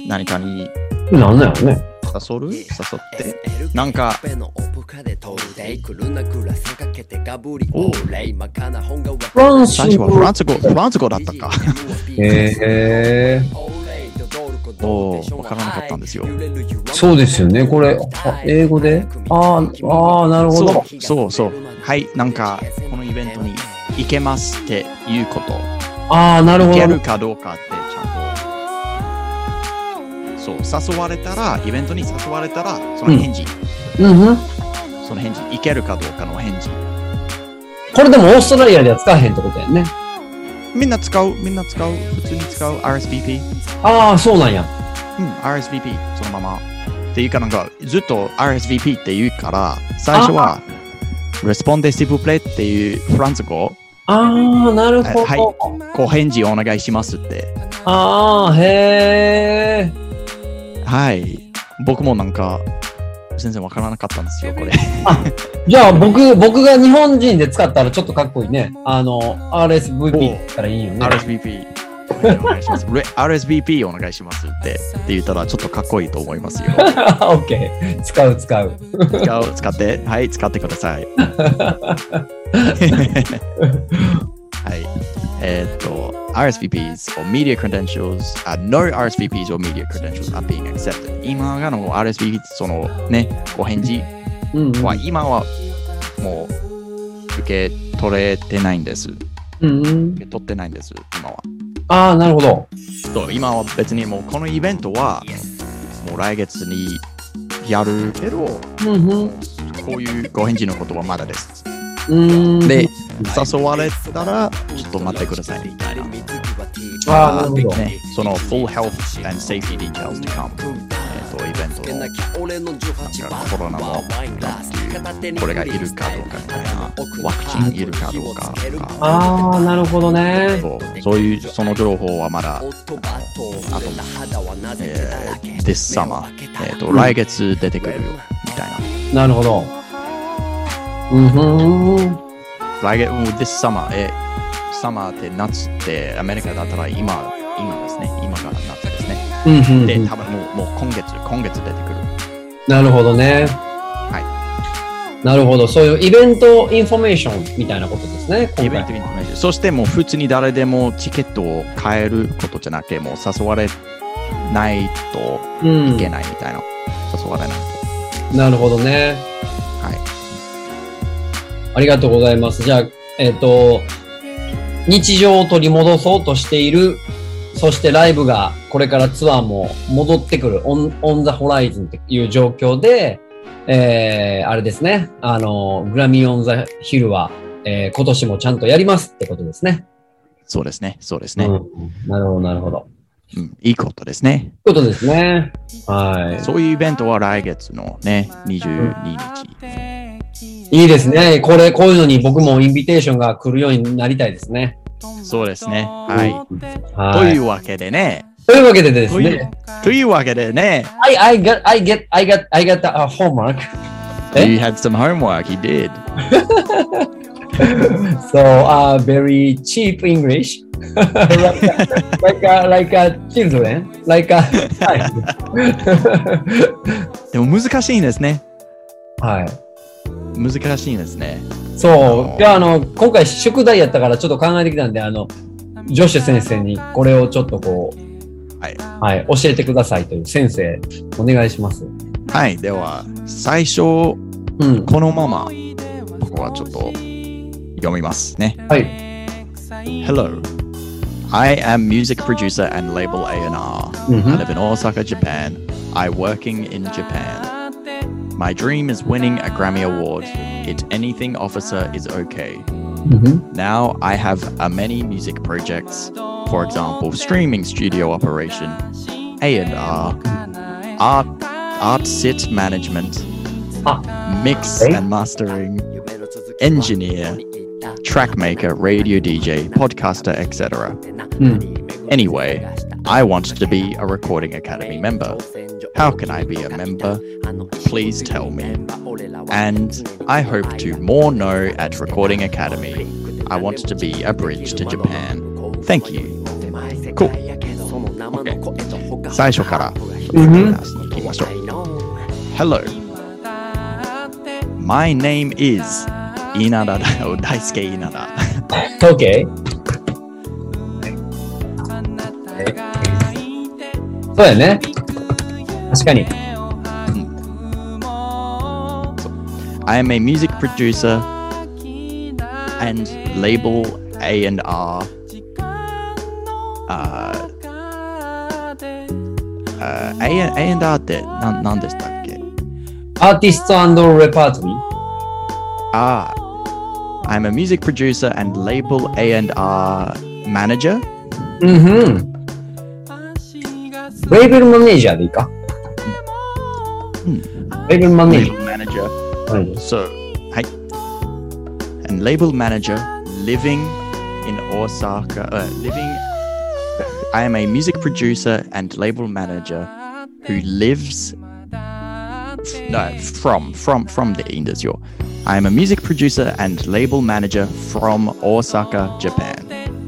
Speaker 3: 何かに
Speaker 2: なんだよね。
Speaker 3: 誘る誘って、なんか、おう
Speaker 2: フ
Speaker 4: フ
Speaker 2: ランス
Speaker 3: 最初は
Speaker 2: 語
Speaker 3: フランス語、フランス語だったか。
Speaker 2: へえ
Speaker 3: おーわからなかったんですよ
Speaker 2: そうですよねこれあ英語であーあーなるほど
Speaker 4: そう
Speaker 3: そ
Speaker 4: そう
Speaker 3: そ
Speaker 4: うそうう。
Speaker 3: は
Speaker 4: はいい、
Speaker 3: な
Speaker 4: なんん
Speaker 3: か
Speaker 4: か、
Speaker 3: こ
Speaker 4: こ
Speaker 3: の
Speaker 4: の
Speaker 3: イ
Speaker 4: イ
Speaker 3: ベ
Speaker 4: ベ
Speaker 3: ン
Speaker 4: ン
Speaker 3: ト
Speaker 4: ト
Speaker 3: に
Speaker 4: に
Speaker 3: 行けますっていうこと。
Speaker 2: ああ、なるほ
Speaker 3: 行
Speaker 2: ど。
Speaker 3: けるかどうかってちゃんと。そう、誘われたら、イベントに誘われたら、その返事、
Speaker 2: うんうん。
Speaker 3: その返事、行けるかどうかの返事。
Speaker 2: これでもオーストラリアでは使わへんってことやね。
Speaker 3: みんな使う、みんな使う、普通に使う RSVP。
Speaker 2: ああ、そうなんや。
Speaker 3: うん、RSVP、そのまま。っていうかなんか、ずっと RSVP って言うから、最初は、Respondez s'il vous plaît っていうフランス語、
Speaker 2: ああ、なるほど。
Speaker 3: はいご返事お願いしますって。
Speaker 2: ああ、へえ。
Speaker 3: はい。僕もなんか、全然わからなかったんですよ、これ。
Speaker 2: じゃあ僕、僕が日本人で使ったらちょっとかっこいいね。あの、RSVP って言ったらいいよね。
Speaker 3: RSVP。お願いします。レ RSVP お願いしますってって言ったらちょっとかっこいいと思いますよ。
Speaker 2: OK。使う使う。
Speaker 3: 使う使って、はい、使ってください。はい。えーっと、RSVPs or media credentials,、no RSVPs or media credentials are being accepted. 今がの RSVP、そのね、お返事
Speaker 2: うん、うん。
Speaker 3: は今はもう受け取れてないんです。
Speaker 2: うんうん
Speaker 3: 受、け取ってないんです、今は。
Speaker 2: ああ、なるほど。
Speaker 3: そう今は別にもうこのイベントはもう来月にやるけど、
Speaker 2: うんうん。
Speaker 3: こういうご返事のことはまだです。
Speaker 2: うん。
Speaker 3: で、誘われたらちょっと待ってくださいみたいな。
Speaker 2: ああ、なるほど。
Speaker 3: ね、その Full Health and Safety Details to Come、えっとイベントのなんかコロナもなんていうこれがいるかどうかみたいなワクチンいるかどうかとか
Speaker 2: ああ、なるほどね。
Speaker 3: そうそういうその情報はまだあと、えー、This summer、えっと来月出てくるみたいな。
Speaker 2: なるほど。うんふん。
Speaker 3: 来月、もう This summer、え、summer って夏ってアメリカだったら今、今ですね。今が夏ですね。
Speaker 2: うんふんふ
Speaker 3: で、
Speaker 2: ん。
Speaker 3: 多分もうもう今月、今月出てくる。
Speaker 2: なるほどね。
Speaker 3: は
Speaker 2: なるほど。そういうイベントインフォメーションみたいなことですね。
Speaker 3: い。イ
Speaker 2: 今
Speaker 3: ベント
Speaker 2: 回。
Speaker 3: インフォメーション。そしてもう普通に誰でもチケットを買えることじゃなくて、もう誘われないと
Speaker 2: う
Speaker 3: い
Speaker 2: ん
Speaker 3: け。ないみたいな。誘われないと。
Speaker 2: なるほどね。
Speaker 3: はい。
Speaker 2: ありがとうございます。じゃあ、えっ、と、日常を取り戻そうとしている、そしてライブがこれからツアーも戻ってくる、オン、オンザホライズンっていう状況で、えー、あれですね、あの、グラミーオンザヒルは、えー、今年もちゃんとやりますってことですね。
Speaker 3: そうですね。そうですね。うん
Speaker 2: うん、なるほど、なるほど。
Speaker 3: いいことですね。
Speaker 2: ということですね。は
Speaker 3: そういうイベントは来月のね、22日。
Speaker 2: い。いいですね。これ、こういうのに僕もインビテーションが来るようになりたいですね。
Speaker 3: そうですね。は。
Speaker 2: はい
Speaker 3: と
Speaker 2: い。
Speaker 3: いうわけでね。
Speaker 2: というわけでです
Speaker 3: とい
Speaker 2: ね
Speaker 3: う。というわけでね。
Speaker 2: I, I got, I get, I got, I got the uh, homework. Eh?
Speaker 3: You had some homework. He did.
Speaker 2: So, uh, very cheap English. like, a, like, a, like a children, like a child.
Speaker 3: でも難しいんですね。
Speaker 2: はい。
Speaker 3: 難しいんですね。
Speaker 2: そう。じゃあ、あの、今回宿題やったからちょっと考えてきたんで、あの、ジョシュ先生にこれをちょっとこう、
Speaker 3: はい
Speaker 2: はい、教えてくださいという先生、お願いします。
Speaker 3: はい。では、最初、こ
Speaker 2: うん。
Speaker 3: のまま、僕はちょっと読みますね。
Speaker 2: はい。
Speaker 3: Hello. I am music producer and label A&R.
Speaker 2: うんふ
Speaker 3: I
Speaker 2: ん
Speaker 3: live in Osaka, Japan. I working in Japan. My dream is winning a Grammy Award. It anything officer is okay.
Speaker 2: うんふん
Speaker 3: Now I have a many music projects, for example, streaming studio operation, A&R, art, art sit management, mix
Speaker 2: Okay.
Speaker 3: and mastering, engineer, track maker, radio DJ, podcaster, etc. Anyway, I want to be a Recording Academy member. How can I be a member? Please tell me. And I hope to more know at Recording Academy. I want to be a bridge to Japan. Thank you. Cool. Okay. 最初から
Speaker 2: うん
Speaker 3: 話に行きましょう。Hello. My name is oh, 稲 田だよ。大輔稲田。
Speaker 2: Okay. So, そうやね。確かに。
Speaker 3: I am a music producer and label A and R. Uh, uh, A A and R ってなんなんでしたっけ？
Speaker 2: アーティストレパートリー。
Speaker 3: Ah, I'm a music producer and label A and R manager.
Speaker 2: うんふん。レーベルマネージャーでいいか
Speaker 3: うん
Speaker 2: レーベルマネージ
Speaker 3: Label manager.
Speaker 2: ャー。はい
Speaker 3: So, hi. And label manager living in Osaka. Uh, living. I am a music producer and label manager who lives no, from, from, fromでいいんですよ。I am a music producer and label manager from Osaka, Japan.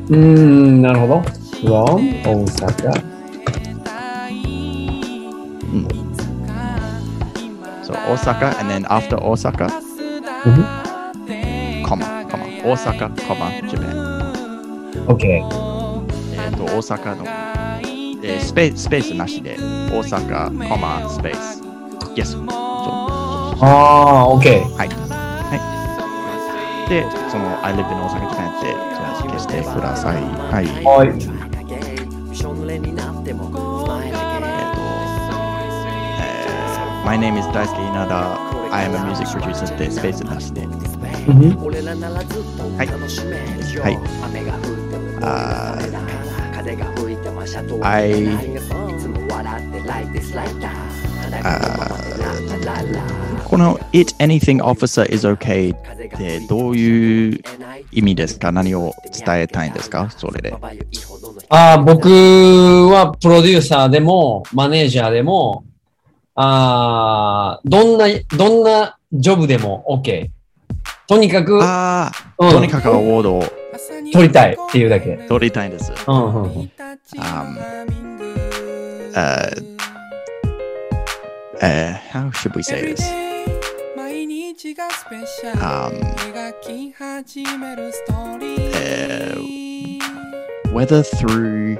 Speaker 2: うーん、なるほど。from 大阪。
Speaker 3: So Osaka, and then after Osaka, comma, comma, Osaka, comma, Japan.
Speaker 2: OK。
Speaker 3: えっと、大阪の、えースペスペースなしで、大阪、コマ、スペース。Yes. そう
Speaker 2: ああ、OK。
Speaker 3: はい。はい。で、その、I live in Osaka, Japan って、その、消してください。はい。
Speaker 2: はい。
Speaker 3: えっと、えー My name is Daisuke Inada. I am a music producer って、スペースなしで。
Speaker 2: うん
Speaker 4: はい。
Speaker 3: はい
Speaker 4: あー
Speaker 3: I-
Speaker 4: あ
Speaker 3: この、It Anything Officer is Okay
Speaker 4: ー
Speaker 3: って、
Speaker 4: で
Speaker 3: ど
Speaker 4: ど
Speaker 3: う
Speaker 4: うい
Speaker 3: いうう意味ですか何を伝えたいんですかそれで。
Speaker 2: ああ、僕はプロデューサーでも、マネージャーでも、ああ、どんな、どんなジョブでも OK。とにかく、
Speaker 3: あ
Speaker 2: う
Speaker 3: あ、
Speaker 2: ん
Speaker 3: とにかくアワードを
Speaker 5: 取りたいっていうだけ。
Speaker 3: 取りたいんです。
Speaker 2: うんうんうん。
Speaker 3: Uh, Uh, how should we say this? Um, whether through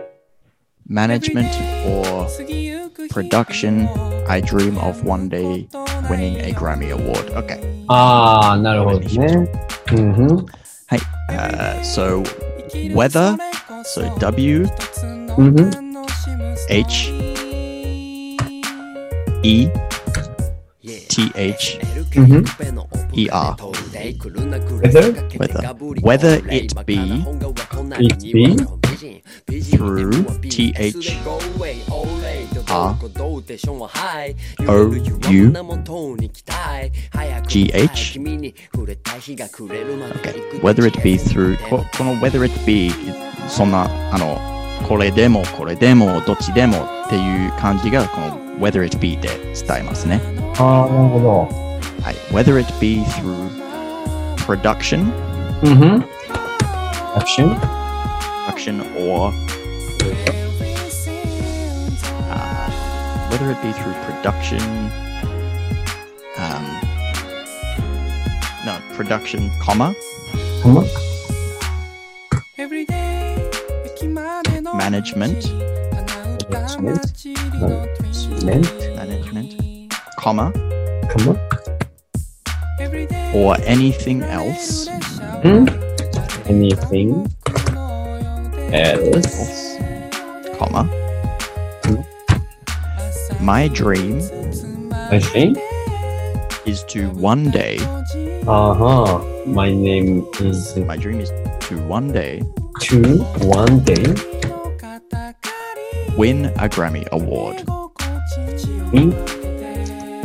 Speaker 3: management or
Speaker 5: production, I dream of one day
Speaker 3: winning
Speaker 5: winning
Speaker 3: a
Speaker 5: a
Speaker 3: Grammy
Speaker 5: Grammy
Speaker 3: Award. Okay.
Speaker 2: ああ、なるほどね。うんふん。
Speaker 3: Hey, uh, so weather, so W
Speaker 2: うんふん。
Speaker 3: H E T H
Speaker 2: Mhm.
Speaker 4: ER.
Speaker 2: Weather?
Speaker 4: Whether, whether it be
Speaker 2: It be
Speaker 4: through T H R O U G H. Okay.
Speaker 3: whether it be through ここの whether it be そんなあのこれでもこれでもどっちでもっていう感じがこの whether it be で伝えますね。
Speaker 2: ああ、なるほど。
Speaker 3: はい。whether it be through production,
Speaker 2: うんふん。アクション
Speaker 3: production or uh, whether it be through production, um, no production, comma
Speaker 2: ほんま
Speaker 5: management
Speaker 2: Management.
Speaker 3: management, comma
Speaker 2: かも
Speaker 3: or anything else.
Speaker 2: Hmm? Anything else?
Speaker 3: else, comma. My dream
Speaker 2: I think?
Speaker 3: is to one day.
Speaker 2: あは。My name is
Speaker 3: My dream is to one day
Speaker 2: to one day
Speaker 3: win a Grammy award.
Speaker 2: in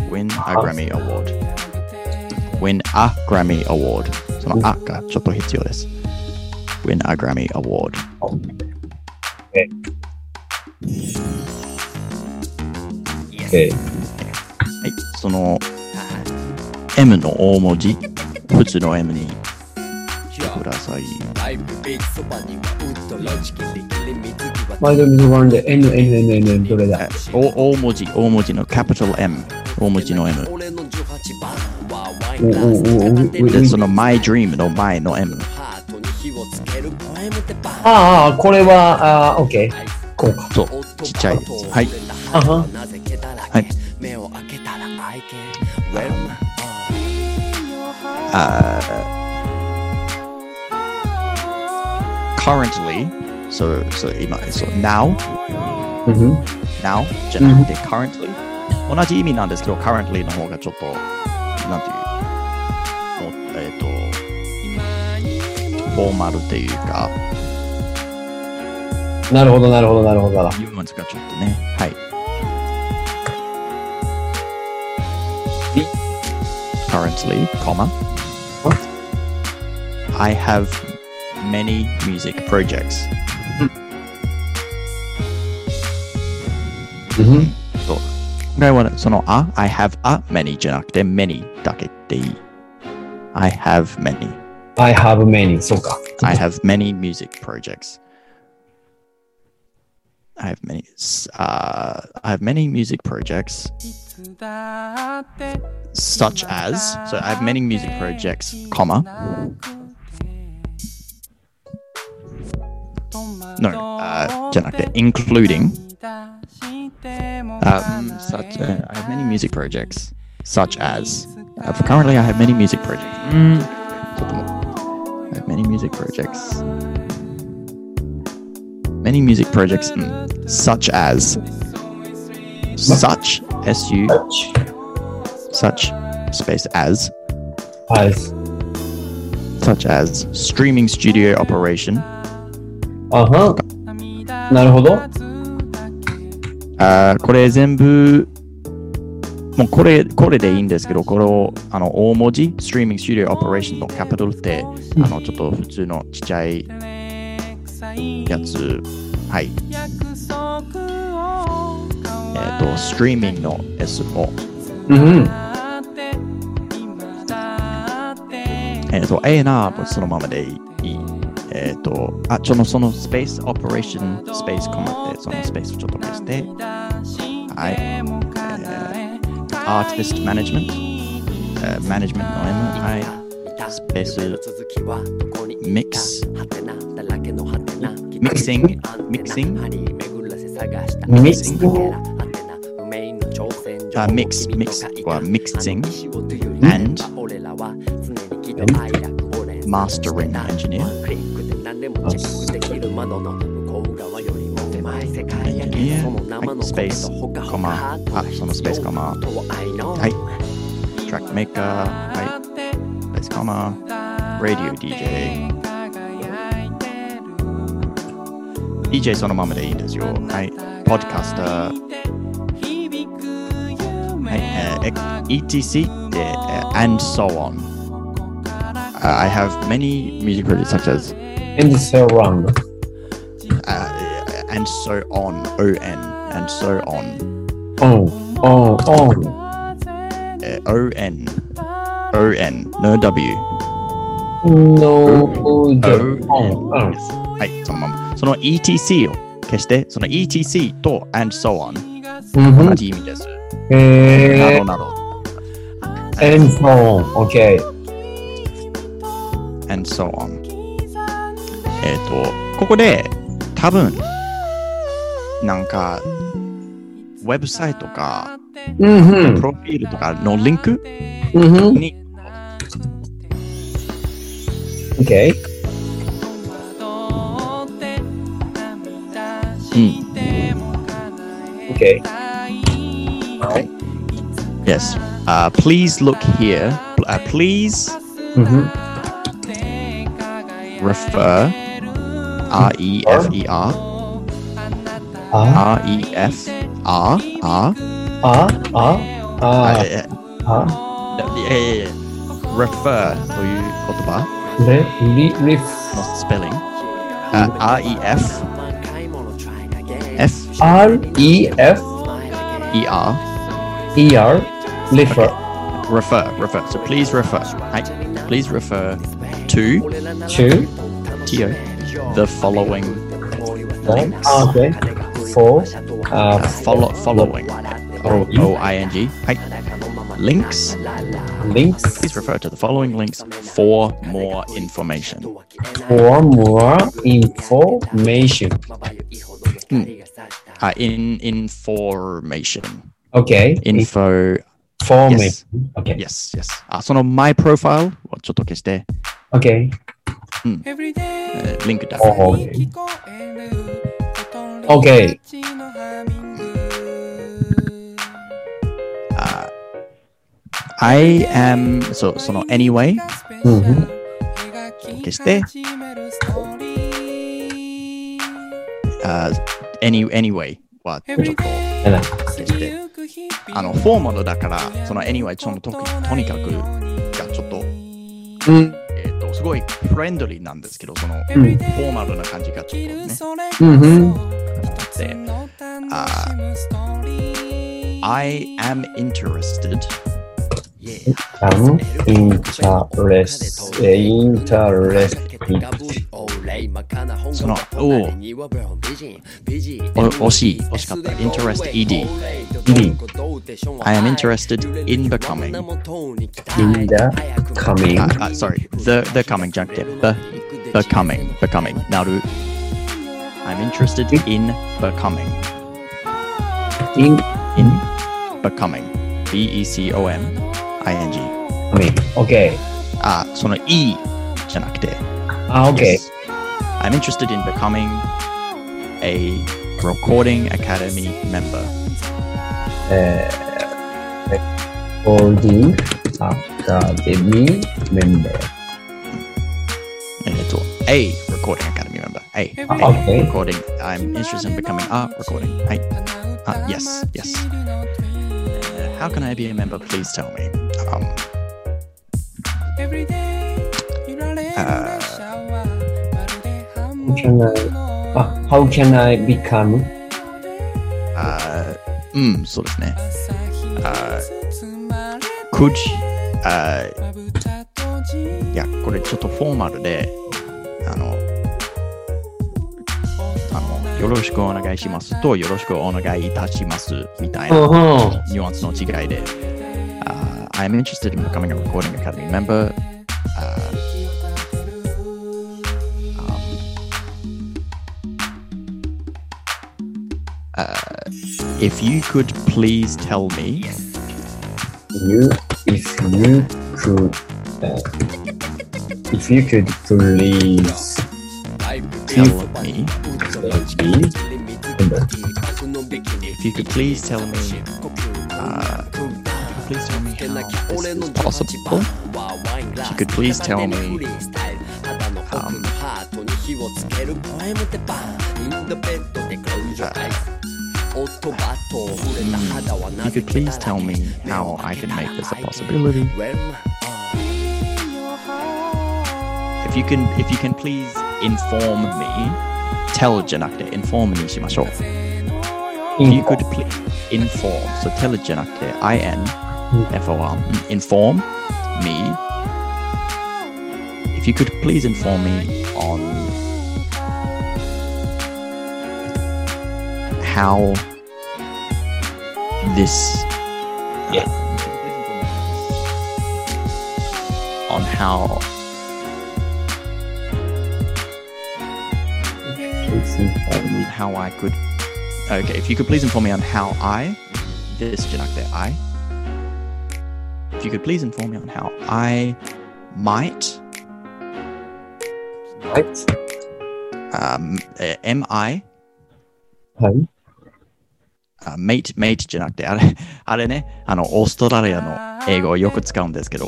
Speaker 3: Win a Grammy award. Win a Grammy award. そのあがちょっと必要です。Win a Grammy award.
Speaker 2: え OK。
Speaker 3: はい、その M の大文字、普通の M にしてください。
Speaker 2: 毎度水番で N、N、N、N、N どれだ
Speaker 3: えお大文字、大文字の capital M。大文字の M。
Speaker 2: おおおお
Speaker 3: で、その My Dream の前の M。
Speaker 2: ああ、これは、ああ、OK。こうか。
Speaker 3: そう、ちっちゃいやつ。はい。
Speaker 2: あは。
Speaker 4: はい。
Speaker 3: currently, so, so 今、そう now,
Speaker 2: うんふん。
Speaker 3: now じゃなくて currently。同じ意味なんですけど、currently の方がちょっと、なんていう、もえっ、と、フォーマルっていうか、
Speaker 2: なるほど、なるほど、なるほど。
Speaker 3: ニューマンズがちょっとね、はい。currently, comma.
Speaker 2: What?
Speaker 3: I have many music projects.
Speaker 2: うんふん。Mm-hmm.
Speaker 3: そうぐらいはその、あ、I have a many じゃなくて、many だけでいい。I have many.
Speaker 2: I have many. そうか。
Speaker 3: I have many music projects. I have many. s- Uh, I have many music projects,
Speaker 5: いつだって
Speaker 3: such as. So I have many music projects, comma.
Speaker 5: の
Speaker 3: No,
Speaker 5: あ
Speaker 3: uh,
Speaker 5: じ
Speaker 3: じ
Speaker 5: ゃ
Speaker 3: ゃな
Speaker 5: なく
Speaker 3: く
Speaker 5: て
Speaker 3: て
Speaker 5: including
Speaker 3: including
Speaker 5: あ
Speaker 3: Um,
Speaker 5: うんさ
Speaker 3: such,
Speaker 5: て
Speaker 3: uh, I have many music projects, such as. Uh, for
Speaker 5: currently
Speaker 3: currently, I have many music projects. Mm. I have many music projects. Many music projects, mm, such as. Such, S U, such, space as,
Speaker 2: はい。
Speaker 3: such as streaming studio operation,
Speaker 2: あはなるほど。
Speaker 3: あーこれ全部、もうこれ、これでいいんですけど、これを、あの、大文字、ストリーミング・スタジオ・オペレーションのキャピトルって、あの、ちょっと普通のちっちゃいやつ、はい。えっ、と、ストリーミングの S を、
Speaker 2: うんうん。
Speaker 3: えっ、と、A&R もそのままでいい。えっ、と、あ、ちょっとそのスペース、オペレーション、スペースコマって、そのスペースをちょっと消して、はい。えー、アーティスト・マネジメント、えーマネジメントの M、はい。
Speaker 4: スペース
Speaker 3: ミ
Speaker 4: ミ
Speaker 3: ッ
Speaker 4: ッ
Speaker 3: ク
Speaker 4: ク
Speaker 3: ス
Speaker 4: ス
Speaker 3: ミ
Speaker 4: ミ
Speaker 3: キ
Speaker 4: キ
Speaker 3: シ
Speaker 4: シ
Speaker 3: ン
Speaker 4: ン
Speaker 3: グ
Speaker 4: グ
Speaker 3: ミ
Speaker 4: ミ
Speaker 3: キ
Speaker 4: キ
Speaker 3: シ
Speaker 4: シ
Speaker 3: ン
Speaker 4: ン
Speaker 3: グ
Speaker 4: グ
Speaker 2: ミキシング
Speaker 3: あミックスミックスはミキシング and mastering engineer はいスペースコマあそのスペースコマはいトラックメーカーはいスペースコマ radio DJ DJ そのままでいいんですよはいポッドキャスターはい、えー ETC で、えー and so on、Uh, I have many music projects such as
Speaker 2: And so round.
Speaker 3: uh, and so on on and so on
Speaker 2: On, on, on.
Speaker 3: uh, on on no w
Speaker 2: No,
Speaker 3: o
Speaker 2: Oh, just on.
Speaker 3: はいそのままその etc を消してその etc と and so on
Speaker 2: うんう
Speaker 3: 同
Speaker 2: ん。
Speaker 3: じ意味です、な
Speaker 2: へ
Speaker 3: どなど
Speaker 2: ー。And so on. OK。
Speaker 3: and so on えっ、とここで多分なんかウェブサイトか
Speaker 2: うんう
Speaker 3: プ
Speaker 2: ん。
Speaker 3: ロフィールとかのリンク
Speaker 2: うんうん。
Speaker 3: に
Speaker 2: OK。
Speaker 3: うん。
Speaker 2: OK。
Speaker 3: Yes. Uh, please look here. Pl- Uh, please
Speaker 2: うんうん。
Speaker 3: refer. R E F E R
Speaker 2: あ、
Speaker 3: R E F R R.
Speaker 2: あ、あ、あ、あ。
Speaker 3: Yeah, yeah, yeah. Refer という言葉
Speaker 2: レ、リ、リフ。
Speaker 3: のスペリング。Uh, R E F F
Speaker 2: R, E, F,
Speaker 3: E R.
Speaker 2: E, R, refer.
Speaker 3: Refer. Refer. So please refer. はい。Please refer to
Speaker 2: To,
Speaker 3: T O the following. links.
Speaker 2: Ah, okay. For, uh, Oh.
Speaker 3: Uh, follow following. O O I N G. はい。Links.
Speaker 2: links
Speaker 3: Please refer to the following links for more information.
Speaker 2: for more information.
Speaker 3: Uh, in information.
Speaker 2: OK.
Speaker 3: Info.
Speaker 2: Information. OK.
Speaker 3: Yes, yes. あその My Profile をちょっと消して、
Speaker 2: OK.
Speaker 3: えーリンクだ。
Speaker 2: おう
Speaker 5: OK。
Speaker 3: あ Uh, I am, そうその Anyway
Speaker 2: うんうん
Speaker 5: 消
Speaker 3: 消
Speaker 5: し
Speaker 3: してて。あ any, Anyway はちょっと、
Speaker 2: やだ
Speaker 3: してあ
Speaker 5: あ
Speaker 3: の、
Speaker 5: の、
Speaker 3: フ
Speaker 5: フ
Speaker 3: ォ
Speaker 5: ォ
Speaker 3: ー
Speaker 5: ー
Speaker 3: マ
Speaker 5: マ
Speaker 3: ル
Speaker 5: ル
Speaker 3: だ
Speaker 5: だ
Speaker 3: か
Speaker 5: からら、、
Speaker 3: そ
Speaker 5: そ
Speaker 3: の
Speaker 5: の
Speaker 3: Anyway、
Speaker 5: anyway、
Speaker 3: そ
Speaker 5: そ
Speaker 3: の
Speaker 5: の
Speaker 3: と
Speaker 5: と
Speaker 3: と
Speaker 5: と
Speaker 3: に
Speaker 5: に
Speaker 3: か
Speaker 5: か
Speaker 3: く
Speaker 5: く、
Speaker 3: がちょっと、
Speaker 2: うん。
Speaker 3: えっ、と、すごいフレンドリーなんですけど、その、フ
Speaker 2: うん
Speaker 3: ォーマルな感じがちょっとね、
Speaker 2: うんうん
Speaker 3: あって、
Speaker 5: あ
Speaker 3: あ
Speaker 5: ー
Speaker 3: I I am interested.
Speaker 2: タン、インタレス、え、
Speaker 3: e
Speaker 2: インタレスティ
Speaker 4: その、おお、
Speaker 3: oh. お惜しい、惜しかった。interest ed。
Speaker 4: ED。
Speaker 3: I am interested in becoming.
Speaker 2: In the coming.
Speaker 3: あ、あ ah, sorry. The, the coming じゃなくて、the, becoming, becoming. なる。I'm interested in becoming.
Speaker 2: イン、
Speaker 3: In becoming. B-E-C-O-M-I-N-G.
Speaker 2: カミン、オッケー。
Speaker 3: あ、その E じゃなくて。
Speaker 2: あ、オッケ
Speaker 3: Yes. I'm interested in becoming a recording academy member.
Speaker 2: ー。えー、ホールディングアカデミーメンバー。
Speaker 3: えっと、A recording academy member. A.
Speaker 2: あ、オッケー。
Speaker 3: recording. I'm interested in becoming a recording. はい。あ、yes, yes. Uh, how can I be a member? Please tell me. Um,
Speaker 2: Can I- あ、How Ah, can I become?
Speaker 3: uh, うん、そうですね。Could, uh, いや、これちょっとフォーマルで、あの、あの、よろしくお願いしますと、よろしくお願いいたしますみたいな。
Speaker 2: うん。
Speaker 3: ニュアンスの違いで、あー I'm interested in becoming a recording academy member. あーあーあー If you could please tell me,
Speaker 2: You, if you could, uh, if you could please
Speaker 3: tell me,
Speaker 2: be
Speaker 3: if you could please tell me, uh, please tell me how this is possible. If you could please tell me, um,
Speaker 4: uh,
Speaker 3: if you could please tell me how I can make this a possibility. If you can, if you can please inform me, tell じゃなくて inform にしましょう。If you could please inform, so tell じゃなくて I N F O R mm, inform me. If you could please inform me on how this
Speaker 2: Yeah.
Speaker 3: um, on how how I could. Okay, if you could please inform me on how I. This Janakte, I. If you could please inform me on how I might.
Speaker 2: right?
Speaker 3: Um, uh, am I.
Speaker 2: はい。
Speaker 3: あ、メイト、メイトじゃなくて、あれ、 あれね、あの、オーストラリアの英語をよく使うんですけど、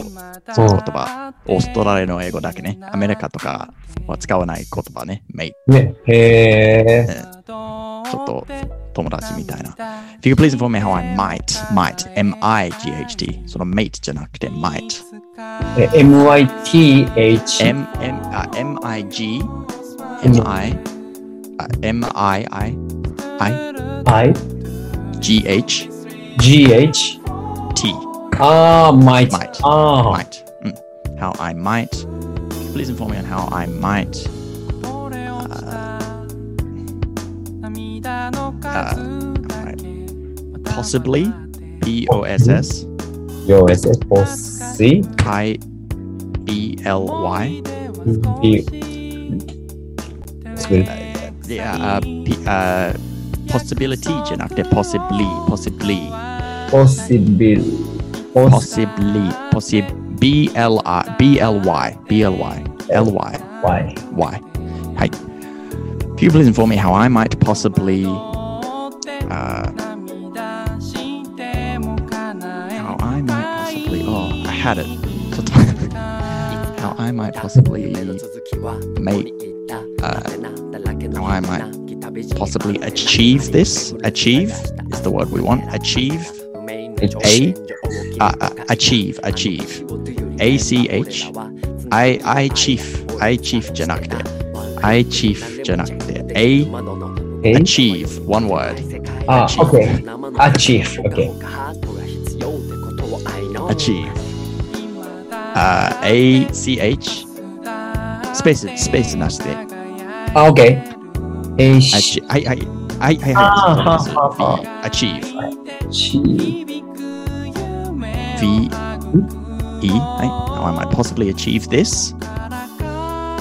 Speaker 3: その言葉、オーストラリアの英語だけね、アメリカとかは使わない言葉ね、メイ
Speaker 2: ね、へー。
Speaker 3: ト、ちょっと友達みたいな。If you could please inform me how I might, might, M-I-G-H-T, そのメイトじゃなくて might,
Speaker 2: え MITH。
Speaker 3: M, M, あ M-I-G, M-I, あ M-I-I, I,
Speaker 2: I
Speaker 3: G-H-T,
Speaker 2: GH Oh. あー、might Ah,
Speaker 3: Might
Speaker 2: あー
Speaker 3: might. Mm. How I might. Please inform me on how I might. uh, uh, might possibly. P O S S
Speaker 2: your s s o c
Speaker 3: I B L Y.
Speaker 2: b
Speaker 3: Yeah. Uh, P, uh, possibility. じゃなくて Possibly. Possibly.
Speaker 2: possible
Speaker 3: Possibly.
Speaker 2: possible
Speaker 3: Possibly. B L I. B L Y. B L Y. L Y.
Speaker 2: why
Speaker 3: why. Hey, if you please inform me how I might possibly. Uh, how I might possibly. Oh, I had it. how I might possibly. uh, Mate. Uh, how I might possibly achieve this. Achieve is the word we want. Achieve. A. Uh, uh, achieve. Achieve. A C H. I I chief. I chief じゃなくて。I chief じゃなくて。A
Speaker 2: え
Speaker 3: Achieve, one word.
Speaker 2: あ OK Achieve, OK
Speaker 3: Achieve. Uh, A C H. Space, space なしで。
Speaker 2: あ、OK。えー、し、
Speaker 3: Achi- はいはい。はいはい
Speaker 2: あ
Speaker 3: はい。Achieve.
Speaker 2: し、
Speaker 3: V E. はい。How am I possibly achieve this?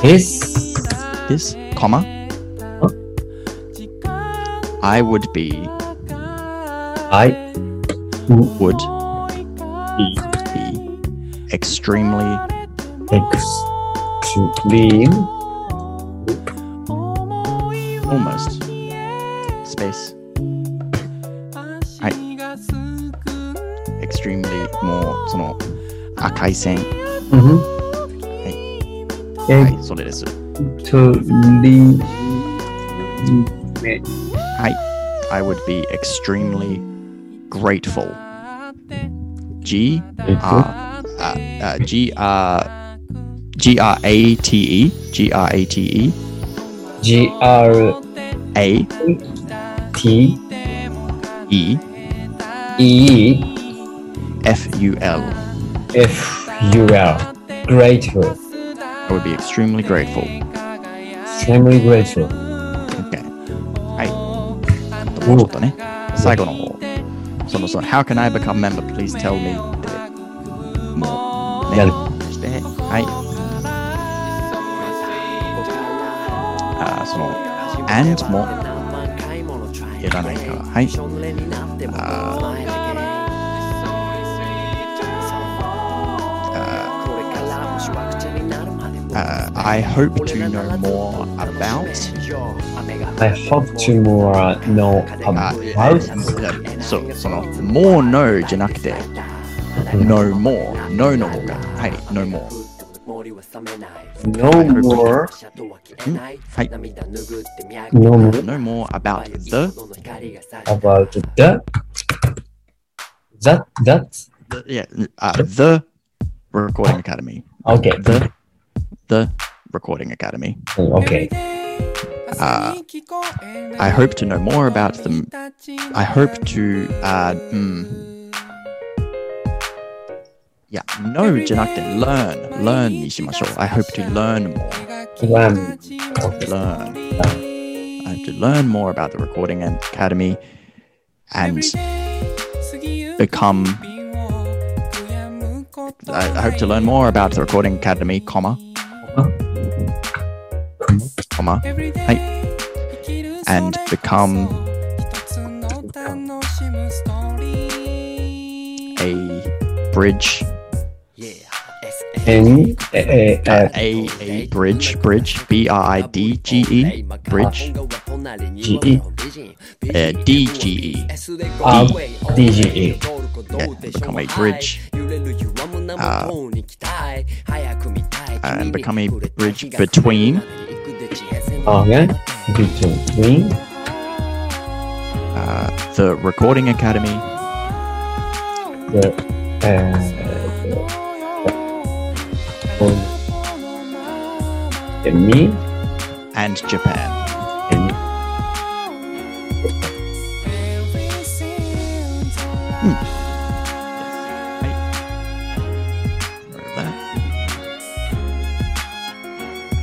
Speaker 2: えす。
Speaker 3: This, comma. I would be,
Speaker 2: はい。
Speaker 3: would
Speaker 2: E
Speaker 3: be, be extremely
Speaker 2: エクス、クリーム、
Speaker 3: almost space はい extremely もうその赤い線 Mm-hmm.
Speaker 2: うん。
Speaker 3: は
Speaker 2: エ
Speaker 3: いそれですは
Speaker 2: クトリーム、
Speaker 3: い I would be extremely grateful G
Speaker 2: えっ
Speaker 3: R uh, G R G R A T E G R A T E
Speaker 2: と、GRT、
Speaker 3: A E
Speaker 2: E
Speaker 3: F U L
Speaker 2: F U L grateful
Speaker 3: I would be extremely grateful
Speaker 2: extremely grateful
Speaker 3: Okay. はい。もうちょっとね、最後の方。そのその、How can I become member? Please tell me って。もう、ね、
Speaker 2: やる
Speaker 3: して、はい。あーその、
Speaker 4: and も
Speaker 3: いらないから。はい。Uh,
Speaker 4: あ
Speaker 3: あー uh, I hope to know more about
Speaker 2: I hope to more uh, know
Speaker 3: あ
Speaker 2: about
Speaker 3: ーえーそう、その、more know じゃなくて、know
Speaker 2: Hmm.
Speaker 3: more。know の方が。はい、know more。
Speaker 2: no more Hmm?
Speaker 4: ん
Speaker 3: はい
Speaker 4: はい。
Speaker 2: no more
Speaker 3: know more about the,
Speaker 2: about the that that
Speaker 3: the yeah, uh, the recording academy.
Speaker 2: okay
Speaker 3: the the recording academy.
Speaker 2: okay
Speaker 5: Uh,
Speaker 3: I hope to know more about them. I hope to uh mm, yeah, no じゃなくて learn learn にしましょう。I hope to learn more.
Speaker 2: Learn.
Speaker 3: Learn. I hope to learn more about the recording academy and become I, I hope to learn more about the recording academy, comma, comma,
Speaker 5: Hi.
Speaker 3: and become a bridge uh, E
Speaker 2: and eh, eh,
Speaker 3: uh,
Speaker 2: eh,
Speaker 3: a a bridge bridge B R I D G E bridge E, uh,
Speaker 2: GE
Speaker 4: えー DGE
Speaker 2: あ DGE
Speaker 4: DGE
Speaker 3: become
Speaker 4: become
Speaker 3: a
Speaker 4: a
Speaker 3: bridge.
Speaker 4: bridge
Speaker 3: and
Speaker 4: and
Speaker 3: become
Speaker 4: become
Speaker 3: a
Speaker 4: a
Speaker 3: bridge
Speaker 4: bridge
Speaker 3: between.
Speaker 4: between
Speaker 2: okay between
Speaker 3: uh, the recording academy
Speaker 2: the uh, the me
Speaker 3: and Japan.
Speaker 2: and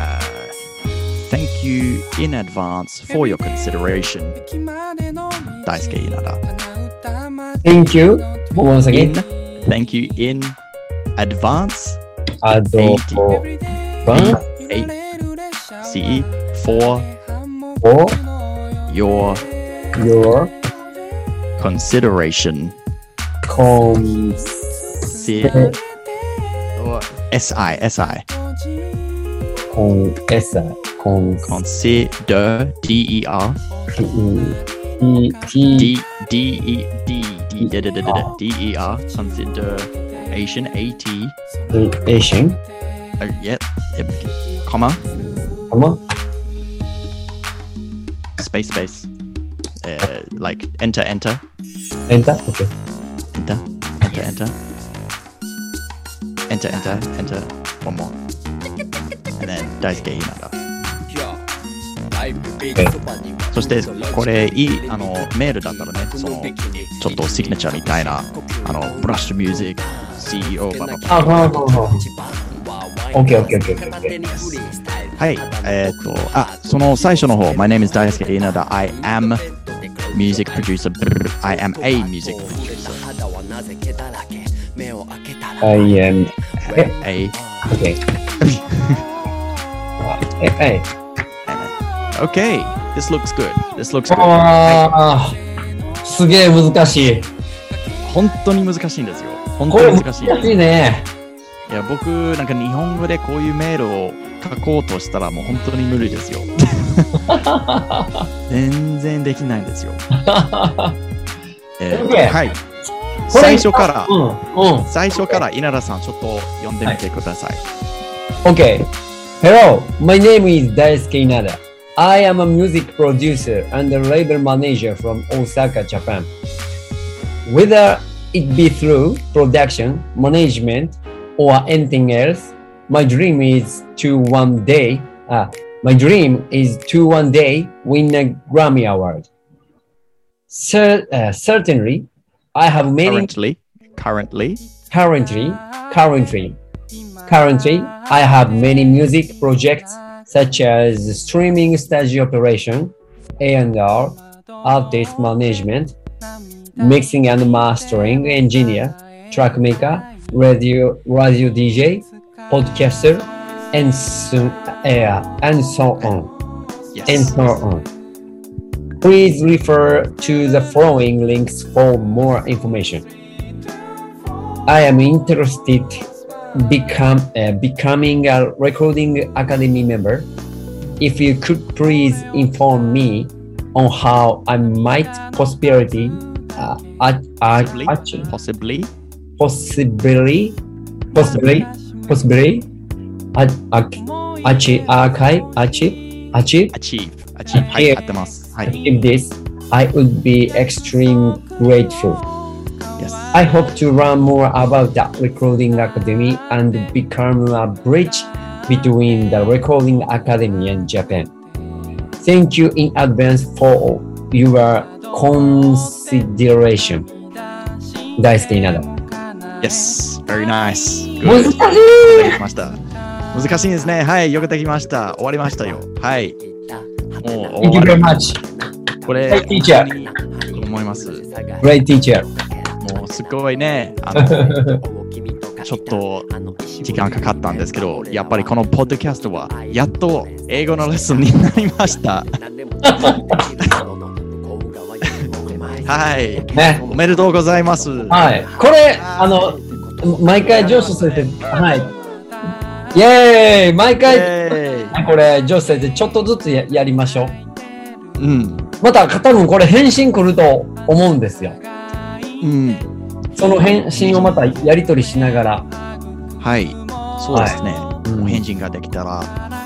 Speaker 3: Uh, thank you in advance for your consideration, Daisuke Inada.
Speaker 2: thank you once
Speaker 3: In,
Speaker 2: again
Speaker 3: thank you in advance
Speaker 2: adobo ban
Speaker 3: CE E, for
Speaker 2: for
Speaker 3: your
Speaker 2: your
Speaker 3: consideration. Si-
Speaker 2: consideration
Speaker 3: or SI, SI.
Speaker 2: con esa con
Speaker 3: Consider, D E R,
Speaker 2: t t
Speaker 3: D D E D D D D D D E R, consideration, A T,
Speaker 2: Asian
Speaker 3: uh, yeah, yep, comma,
Speaker 2: comma
Speaker 3: space, space, uh, like enter, enter,
Speaker 2: enter okay
Speaker 3: enter, enter, enter, enter, enter, enter, one more, and then Daisuke Hinata.
Speaker 4: 大そしてこ
Speaker 3: こ
Speaker 4: れ
Speaker 3: れい
Speaker 4: いい
Speaker 3: い
Speaker 4: あ
Speaker 3: あ
Speaker 4: の
Speaker 3: のメ
Speaker 4: メー
Speaker 3: ー
Speaker 4: ル
Speaker 3: ルだ
Speaker 4: だっ
Speaker 3: ったた
Speaker 4: ら
Speaker 3: ら
Speaker 4: ね
Speaker 3: ね
Speaker 4: そ
Speaker 3: そ
Speaker 4: の
Speaker 3: の
Speaker 4: ち
Speaker 3: ち
Speaker 4: ょ
Speaker 3: ょ
Speaker 4: っ
Speaker 3: っ
Speaker 4: と
Speaker 3: と
Speaker 4: シ
Speaker 3: シ
Speaker 4: グ
Speaker 3: グ
Speaker 4: ネ
Speaker 3: ネ
Speaker 4: チ
Speaker 3: チャ
Speaker 4: ャー
Speaker 3: ー
Speaker 4: み
Speaker 3: み
Speaker 4: た
Speaker 3: た
Speaker 4: い
Speaker 3: い
Speaker 4: な
Speaker 3: な
Speaker 4: あ
Speaker 3: あ
Speaker 4: の
Speaker 3: の
Speaker 4: ブ
Speaker 3: ブ
Speaker 4: ラ
Speaker 3: ラ
Speaker 4: ッ
Speaker 3: ッ
Speaker 4: シ
Speaker 3: シ
Speaker 4: ュ
Speaker 3: ュ
Speaker 4: ミ
Speaker 3: ミュ
Speaker 4: ュー
Speaker 3: ー
Speaker 4: ジ
Speaker 3: ジッ
Speaker 4: ック
Speaker 3: ク
Speaker 4: CEO
Speaker 3: CEO
Speaker 4: バ
Speaker 3: バババ
Speaker 2: あはあ
Speaker 4: ババ
Speaker 2: はあは
Speaker 4: オッケ
Speaker 2: OK
Speaker 4: ーオッケー
Speaker 2: OK
Speaker 4: オッケ
Speaker 2: OK OK
Speaker 4: ーオッケ
Speaker 2: OK
Speaker 4: ーは
Speaker 3: はいい
Speaker 4: え
Speaker 3: えー
Speaker 4: ーっ
Speaker 3: っ
Speaker 4: と
Speaker 3: と
Speaker 4: あ
Speaker 3: あ
Speaker 4: そ
Speaker 3: そ
Speaker 4: の
Speaker 3: の
Speaker 4: 最
Speaker 3: 最
Speaker 4: 初
Speaker 3: 初の
Speaker 4: の方
Speaker 3: 方
Speaker 4: My
Speaker 3: My
Speaker 4: name
Speaker 3: name
Speaker 4: is
Speaker 3: is
Speaker 4: Daisuke
Speaker 3: Daisuke Inada.
Speaker 4: Inada I
Speaker 3: I
Speaker 4: am
Speaker 3: am
Speaker 4: music
Speaker 3: music
Speaker 4: producer
Speaker 3: producer.
Speaker 4: I
Speaker 3: I
Speaker 4: am
Speaker 3: am
Speaker 4: a
Speaker 3: a
Speaker 4: music
Speaker 3: music
Speaker 4: producer
Speaker 3: producer.
Speaker 2: I am-
Speaker 3: a
Speaker 2: OK。え、はい。
Speaker 3: Okay, this looks good. This looks good.
Speaker 2: Oh. ああ、すげえ難しい。
Speaker 3: 本当に難しいんですよ。本
Speaker 2: こ
Speaker 3: 当
Speaker 2: れ
Speaker 3: に
Speaker 2: 難
Speaker 3: 難し
Speaker 2: し
Speaker 3: い。
Speaker 2: いね。
Speaker 3: いや、僕、なんか日本語でこういうメールを書こうとしたらもう本当に無理ですよ。全然できないんですよ。えー
Speaker 2: Okay.
Speaker 3: はい。
Speaker 2: これ
Speaker 3: 最初から
Speaker 2: う、ん、うん。
Speaker 3: 最初から稲田さん、ちょっと読んでみてください。
Speaker 2: Okay. Hello, my name is Daisuke Inada. I am a music producer and a label manager from Osaka, Japan. Whether it be through production, management, or anything else, my dream is to one day, ah, my dream is to one day win a Grammy Award. Cer- uh, certainly, I have many
Speaker 3: Currently, currently,
Speaker 2: currently, currently, Currently, I have many music projects such as streaming studio operation, A&R, artist management, mixing and mastering engineer, track maker, radio radio DJ, podcaster, and so, uh, and so on and
Speaker 3: yes.
Speaker 2: so on. Please refer to the following links for more information. I am interested become uh, becoming a recording academy member. If you could please inform me on how I might possibility uh, at, at,
Speaker 3: Possibly,
Speaker 2: at-
Speaker 3: possibly,
Speaker 2: possibly possibly possibly at, at, archive archive archieve archieve
Speaker 3: achieve, achieve. はい、合ってます。はい。
Speaker 2: achieve this, I would be extremely grateful.
Speaker 3: Yes.
Speaker 2: I hope to learn more about the Recording Academy and become a bridge between the Recording Academy and Japan. Thank you in advance for your consideration. 大好きになる。
Speaker 3: Yes. Very nice.
Speaker 2: 難
Speaker 3: Good.
Speaker 2: しい
Speaker 3: できました。難しいですね。はい、よくできました。終わりましたよ。はい。もう
Speaker 2: Thank you very much.
Speaker 3: これ、
Speaker 2: Great teacher.
Speaker 3: と思います。
Speaker 2: Great teacher.
Speaker 3: もうすごいね、あのちょっと時
Speaker 4: 時
Speaker 3: 間
Speaker 4: 間
Speaker 3: かかっ
Speaker 4: かかったた
Speaker 3: ん
Speaker 4: ん
Speaker 3: で
Speaker 4: ですす
Speaker 3: け
Speaker 4: け
Speaker 3: ど
Speaker 4: ど、、
Speaker 3: や
Speaker 4: や
Speaker 3: っぱ
Speaker 4: っぱ
Speaker 3: り
Speaker 4: り
Speaker 3: こ
Speaker 4: こ
Speaker 3: の
Speaker 4: の
Speaker 3: ポ
Speaker 4: ポ
Speaker 3: ッド
Speaker 4: ッド
Speaker 3: キ
Speaker 4: キ
Speaker 3: ャ
Speaker 4: ャ
Speaker 3: ス
Speaker 4: ス
Speaker 3: ト
Speaker 4: ト
Speaker 3: は
Speaker 4: は
Speaker 3: や
Speaker 4: や
Speaker 3: っ
Speaker 4: っ
Speaker 3: と
Speaker 4: と
Speaker 3: 英
Speaker 4: 英
Speaker 3: 語
Speaker 4: 語
Speaker 3: の
Speaker 4: の
Speaker 3: レ
Speaker 4: レ
Speaker 3: ッ
Speaker 4: ッ
Speaker 3: ス
Speaker 4: ス
Speaker 3: ン
Speaker 4: ン
Speaker 3: に
Speaker 4: に
Speaker 3: な
Speaker 4: な
Speaker 3: り
Speaker 4: り
Speaker 3: ま
Speaker 4: ま
Speaker 3: し
Speaker 4: したた。。
Speaker 3: はい。
Speaker 2: ね
Speaker 4: おめでとうございます。
Speaker 2: はいこれあの毎回上司先生、はい。イェーイ毎回、
Speaker 3: えー
Speaker 2: これ上司先生、ちょっとずつややりましょう。
Speaker 3: うん、
Speaker 2: また多分これ返信来ると思うんですよ。
Speaker 3: うん、
Speaker 2: その返信をまたやり取りしながら。
Speaker 3: はい。そうですね。お返信ができたら、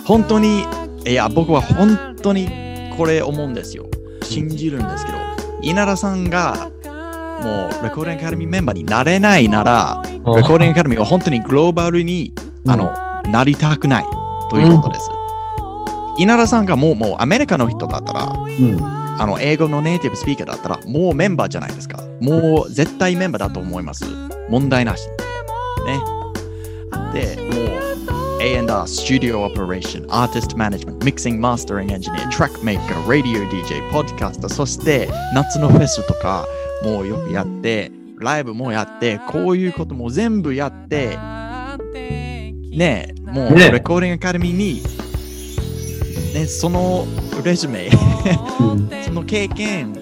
Speaker 3: 本当に、いや、僕は本当にこれ思うんですよ。信じるんですけど、稲田さんが、もう、レコーディングアカデミーメンバーになれないなら、レコーディングアカデミーが本当にグローバルに、
Speaker 2: うん
Speaker 3: あの、なりたくないということです。稲田さんがもう、もうアメリカの人だったら、
Speaker 2: うん
Speaker 3: あの、英語のネイティブスピーカーだったら、もうメンバーじゃないですか。もう絶対メンバーだと思います。問題なし。ね。で、もう、A&R、Studio Operation、Artist Management、Mixing、Mastering Engineer、Track Maker、Radio DJ、Podcast、そして、夏のフェスとか、もうよくやって、ライブもやって、こういうことも全部やって、ねえ、もう、
Speaker 2: ねえ
Speaker 3: レコーディングアカデミーに、ね、そのレジュメ、
Speaker 2: うん
Speaker 3: その経験持っ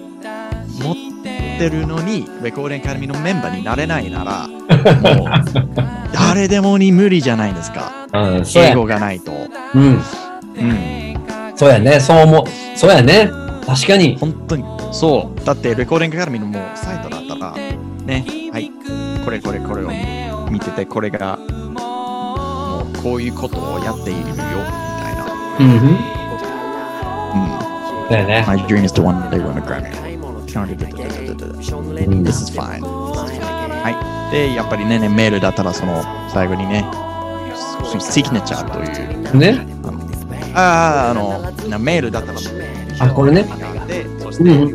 Speaker 3: てるのに、レコーディングアカデミーのメンバーになれないな ら、もう誰でもに無理じゃないですか。
Speaker 2: うん、そう
Speaker 3: 英
Speaker 2: や
Speaker 3: 語がないと。
Speaker 2: うん、
Speaker 3: うん、
Speaker 2: そうやね、そう思う。そうやね、確かに。
Speaker 3: 本当に。そう。だって、レコーディングアカデミーのもうサイトだったら、ね、はい、これこれこれを見てて、これが、もうこういうことをやっているよ、みたいな。
Speaker 2: うん、
Speaker 3: うん。
Speaker 2: そうやね。
Speaker 3: My dream is to one day win a Grammy.
Speaker 2: うん
Speaker 3: This is fine. はい。で、やっぱりね、ねメールだったら、その、最後にね、そのシグネチャーという、
Speaker 2: ね
Speaker 3: あのああ、あの、なメールだったの。
Speaker 2: あこれね
Speaker 3: で、そして、
Speaker 2: うんうんうんうんうん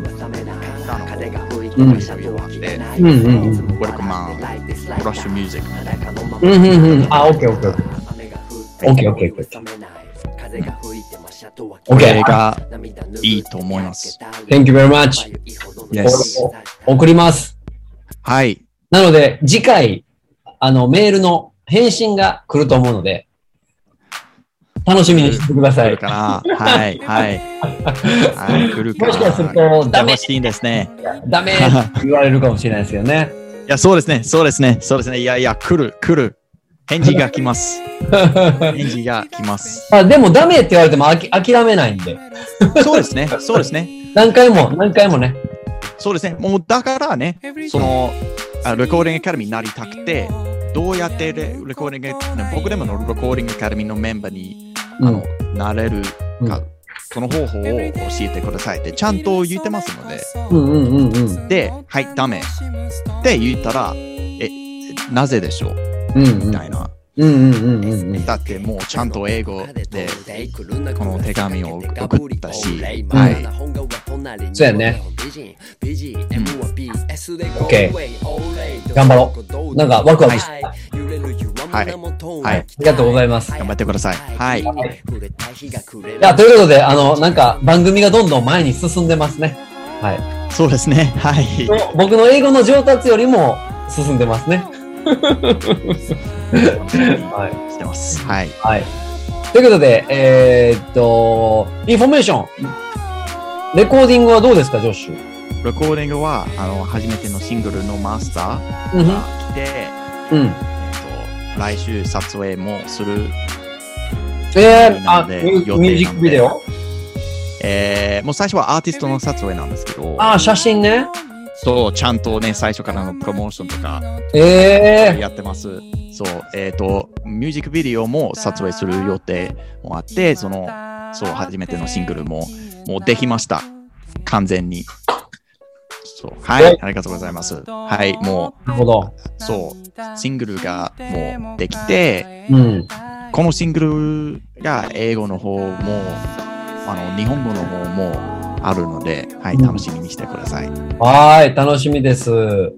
Speaker 3: ウ
Speaker 2: うん
Speaker 3: ェルカムマン、ブラッシュミュージック。
Speaker 2: うんうんうん。あ、オッケーオッケーオッケー。オッケーオッケーオッケー。オッ
Speaker 3: こ
Speaker 2: ケ
Speaker 3: れ
Speaker 2: ー。
Speaker 3: がいいと思います。
Speaker 2: Thank you very much.
Speaker 3: Yes.
Speaker 2: お送ります。
Speaker 3: はい。
Speaker 2: なので、次回、あの、メールの返信が来ると思うので、楽しみにしてくださ
Speaker 3: 来る
Speaker 2: い。
Speaker 3: かな はい、 はい。はい、来るか
Speaker 2: もしか する
Speaker 3: な
Speaker 2: と、ダメ
Speaker 3: 楽しいんですね。
Speaker 2: ダメって言われるかもしれないですよね。
Speaker 3: いや、そうですね、そうですね、そうですね。いやいや、来る、来る。返事が来ます。返事が来ます。
Speaker 2: あでも、ダメって言われてもあき諦めないんで、
Speaker 3: そうですね、そうですね、
Speaker 2: 何回も、何回もね。
Speaker 3: そうですね。もうだからね、その、あレコーディングアカデミーになりたくて、どうやってレレコーディング、ね僕でものレコーディングアカデミーのメンバーに
Speaker 2: う
Speaker 3: あ
Speaker 2: ん
Speaker 3: の。なれる
Speaker 2: うん
Speaker 3: か、その方法を教えてくださいってちゃんと言ってますので、
Speaker 2: うんうんうんうん。
Speaker 3: で、はい、ダメって言ったら、え、 なぜでしょう
Speaker 2: うん
Speaker 3: みたいな。
Speaker 2: うんうんうんうんうん。
Speaker 3: だってもうちゃんと英語でこの手紙を送ったし、
Speaker 2: ん
Speaker 4: はい
Speaker 2: そうやね。
Speaker 4: うん
Speaker 2: OK 頑張ろうなんかワクワクした
Speaker 4: はい。
Speaker 3: はい
Speaker 4: は
Speaker 3: はいい。
Speaker 4: あ
Speaker 2: りがとうございます
Speaker 4: 頑張ってください。はい。
Speaker 2: はいいや、ということで、あの、なんか、番組がどんどん前に進んでますね。はい。
Speaker 3: そうですね、はい。
Speaker 2: 僕の英語の上達よりも進んでますね。は
Speaker 3: してます。はい。
Speaker 2: い。はい。ということで、えーっと、インフォメーション。レコーディングはどうですか、ジョッシュ。
Speaker 3: レコーディングは、あの、初めてのシングルのマスタ
Speaker 2: う
Speaker 3: ー
Speaker 2: ん
Speaker 3: が来て、え
Speaker 2: ふん。うん。
Speaker 3: っと、来週撮影もする、
Speaker 2: えー、
Speaker 3: な
Speaker 2: あ、
Speaker 3: の
Speaker 2: ミ
Speaker 3: で予
Speaker 2: ュ
Speaker 3: 定な
Speaker 2: ー
Speaker 3: ので
Speaker 2: ミュージックビデオ
Speaker 3: えー、もう最初はアーティストの撮影なんですけど、
Speaker 2: あー、写真ね。
Speaker 3: そう、ちゃんとね、最初からのプロモーションとか
Speaker 2: ええ
Speaker 3: やってます。そう、えっ、と、ミュージックビデオも撮影する予定もあって、その、そう、初めてのシングルも、もうできました。完全に。そう、は
Speaker 2: はい
Speaker 3: い、ありがとうございます。はい、も
Speaker 2: なるほど。
Speaker 3: う、そう、シングルがもうできて、
Speaker 2: うん。
Speaker 3: このシングルが英語の方も、あの、日本語の方もあるので、はい、楽しみにしてください。
Speaker 2: はーい、楽しみです。
Speaker 3: はい。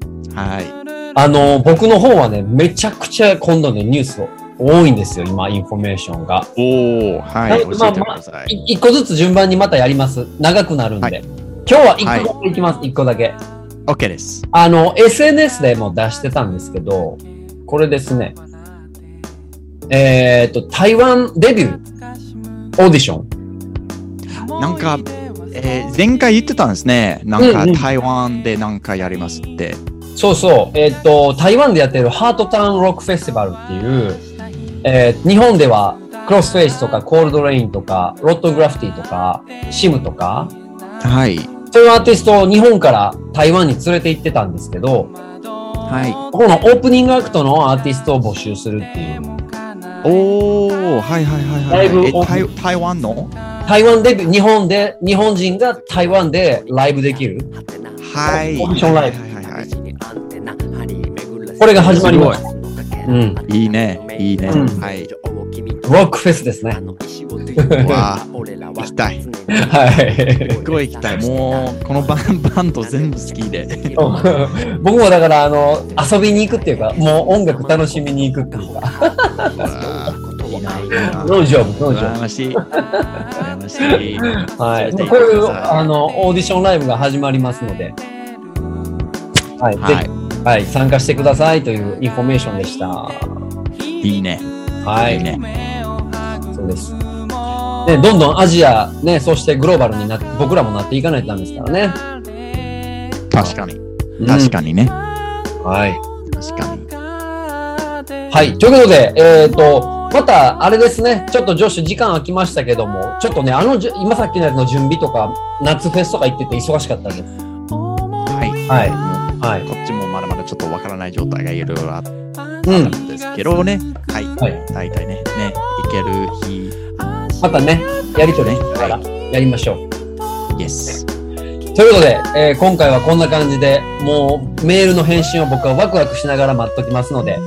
Speaker 2: あの、僕の方はね、めちゃくちゃ今度のニュース多いんですよ、今、インフォメーションが。
Speaker 3: おー、は
Speaker 2: は
Speaker 3: い、
Speaker 2: い
Speaker 3: 教えて
Speaker 2: まあ
Speaker 3: く
Speaker 2: まあ
Speaker 3: ださい。
Speaker 2: い一個ずつ順番にまたやります。長くなるんで。
Speaker 3: はい
Speaker 2: 今日は一個だけいきます、一、個だけ。
Speaker 3: OK です。
Speaker 2: あの、SNS でも出してたんですけど、これですね。えっ、と、台湾デビューオーディション。
Speaker 3: なんか、えー前回言ってたんですね。なんか
Speaker 2: うんうん
Speaker 3: 台湾でなんかやりますって。
Speaker 2: そうそう。えっ、と、台湾でやってるハートターンロックフェスティバルっていう、えー日本ではクロスフェイスとかコールドレインとか、ロッドグラフィティとか、シムとか、
Speaker 3: はい。
Speaker 2: そういうアーティストを日本から台湾に連れて行ってたんですけど、
Speaker 3: はい。
Speaker 2: このオープニングアクトのアーティストを募集するっていう。
Speaker 3: おー、はいはいはい
Speaker 2: だ
Speaker 3: はいい。
Speaker 2: ぶ
Speaker 3: え台台湾の
Speaker 2: 台湾デビュー、日本で、日本人が台湾でライブできる。
Speaker 3: はい。
Speaker 2: オーディションライブ
Speaker 3: はいはいはいはい。
Speaker 4: これが始まります。
Speaker 2: うん
Speaker 3: いいねいいね
Speaker 2: うん
Speaker 3: はい。
Speaker 2: ロックフェ スですね。
Speaker 3: わ
Speaker 4: 行
Speaker 3: 行きたい。
Speaker 2: はい。
Speaker 3: すごい行きたい。もう、このバンバンド全部好きで。
Speaker 2: 僕もだから、あの、遊びに行くっていうか、もう音楽楽しみに行くっていうか。
Speaker 3: わーいいな、いいな。
Speaker 2: どうしよう、どうしよ
Speaker 3: 羨ま しい。羨ましい。
Speaker 2: う。はい。
Speaker 3: 連
Speaker 2: こ
Speaker 3: れて
Speaker 2: う
Speaker 3: 行ってく
Speaker 2: い
Speaker 3: だ
Speaker 2: う、
Speaker 3: さ
Speaker 2: あの、オーディションライブが始まりますので。はい。
Speaker 3: いは。
Speaker 2: ぜひ、はい。参加してくださいというインフォメーションでした。はい
Speaker 3: いいね。
Speaker 2: い。
Speaker 3: いいね。
Speaker 2: そうです。ね、どんどんアジア、ね、そしてグローバルになって、僕らもなっていかないとダメですからね。
Speaker 3: 確かに。確かにね。
Speaker 2: に。はい。
Speaker 3: 確かに。
Speaker 2: はい。ということで、えっ、と、また、あれですね、ちょっとジョッシュ時間空きましたけども、ちょっとね、あのじゅ、今さっきのやつの準備とか、夏フェスとか行ってて忙しかったんです。
Speaker 3: はい。
Speaker 2: はい。
Speaker 3: も
Speaker 2: はい。
Speaker 3: うこっちもまだまだちょっとわからない状態がいろいろあって。
Speaker 2: うん。
Speaker 3: なんですけどね、はい、
Speaker 2: は
Speaker 3: 大体ね、ね、いける日、
Speaker 2: またね、やりとりしながらやりましょう。
Speaker 3: イエス。
Speaker 2: ということで、えー今回はこんな感じで、もうメールの返信を僕はワクワクしながら待っときますので。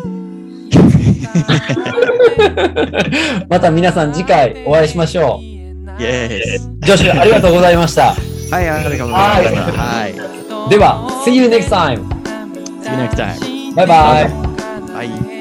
Speaker 2: また皆さん次回お会いしましょ
Speaker 3: イエーイ
Speaker 2: う。女子ありがとうございました。
Speaker 3: はい、ありがとうございました。はい。
Speaker 2: では、See you next time!
Speaker 3: See you next time.
Speaker 2: バイバイ。
Speaker 3: Bye.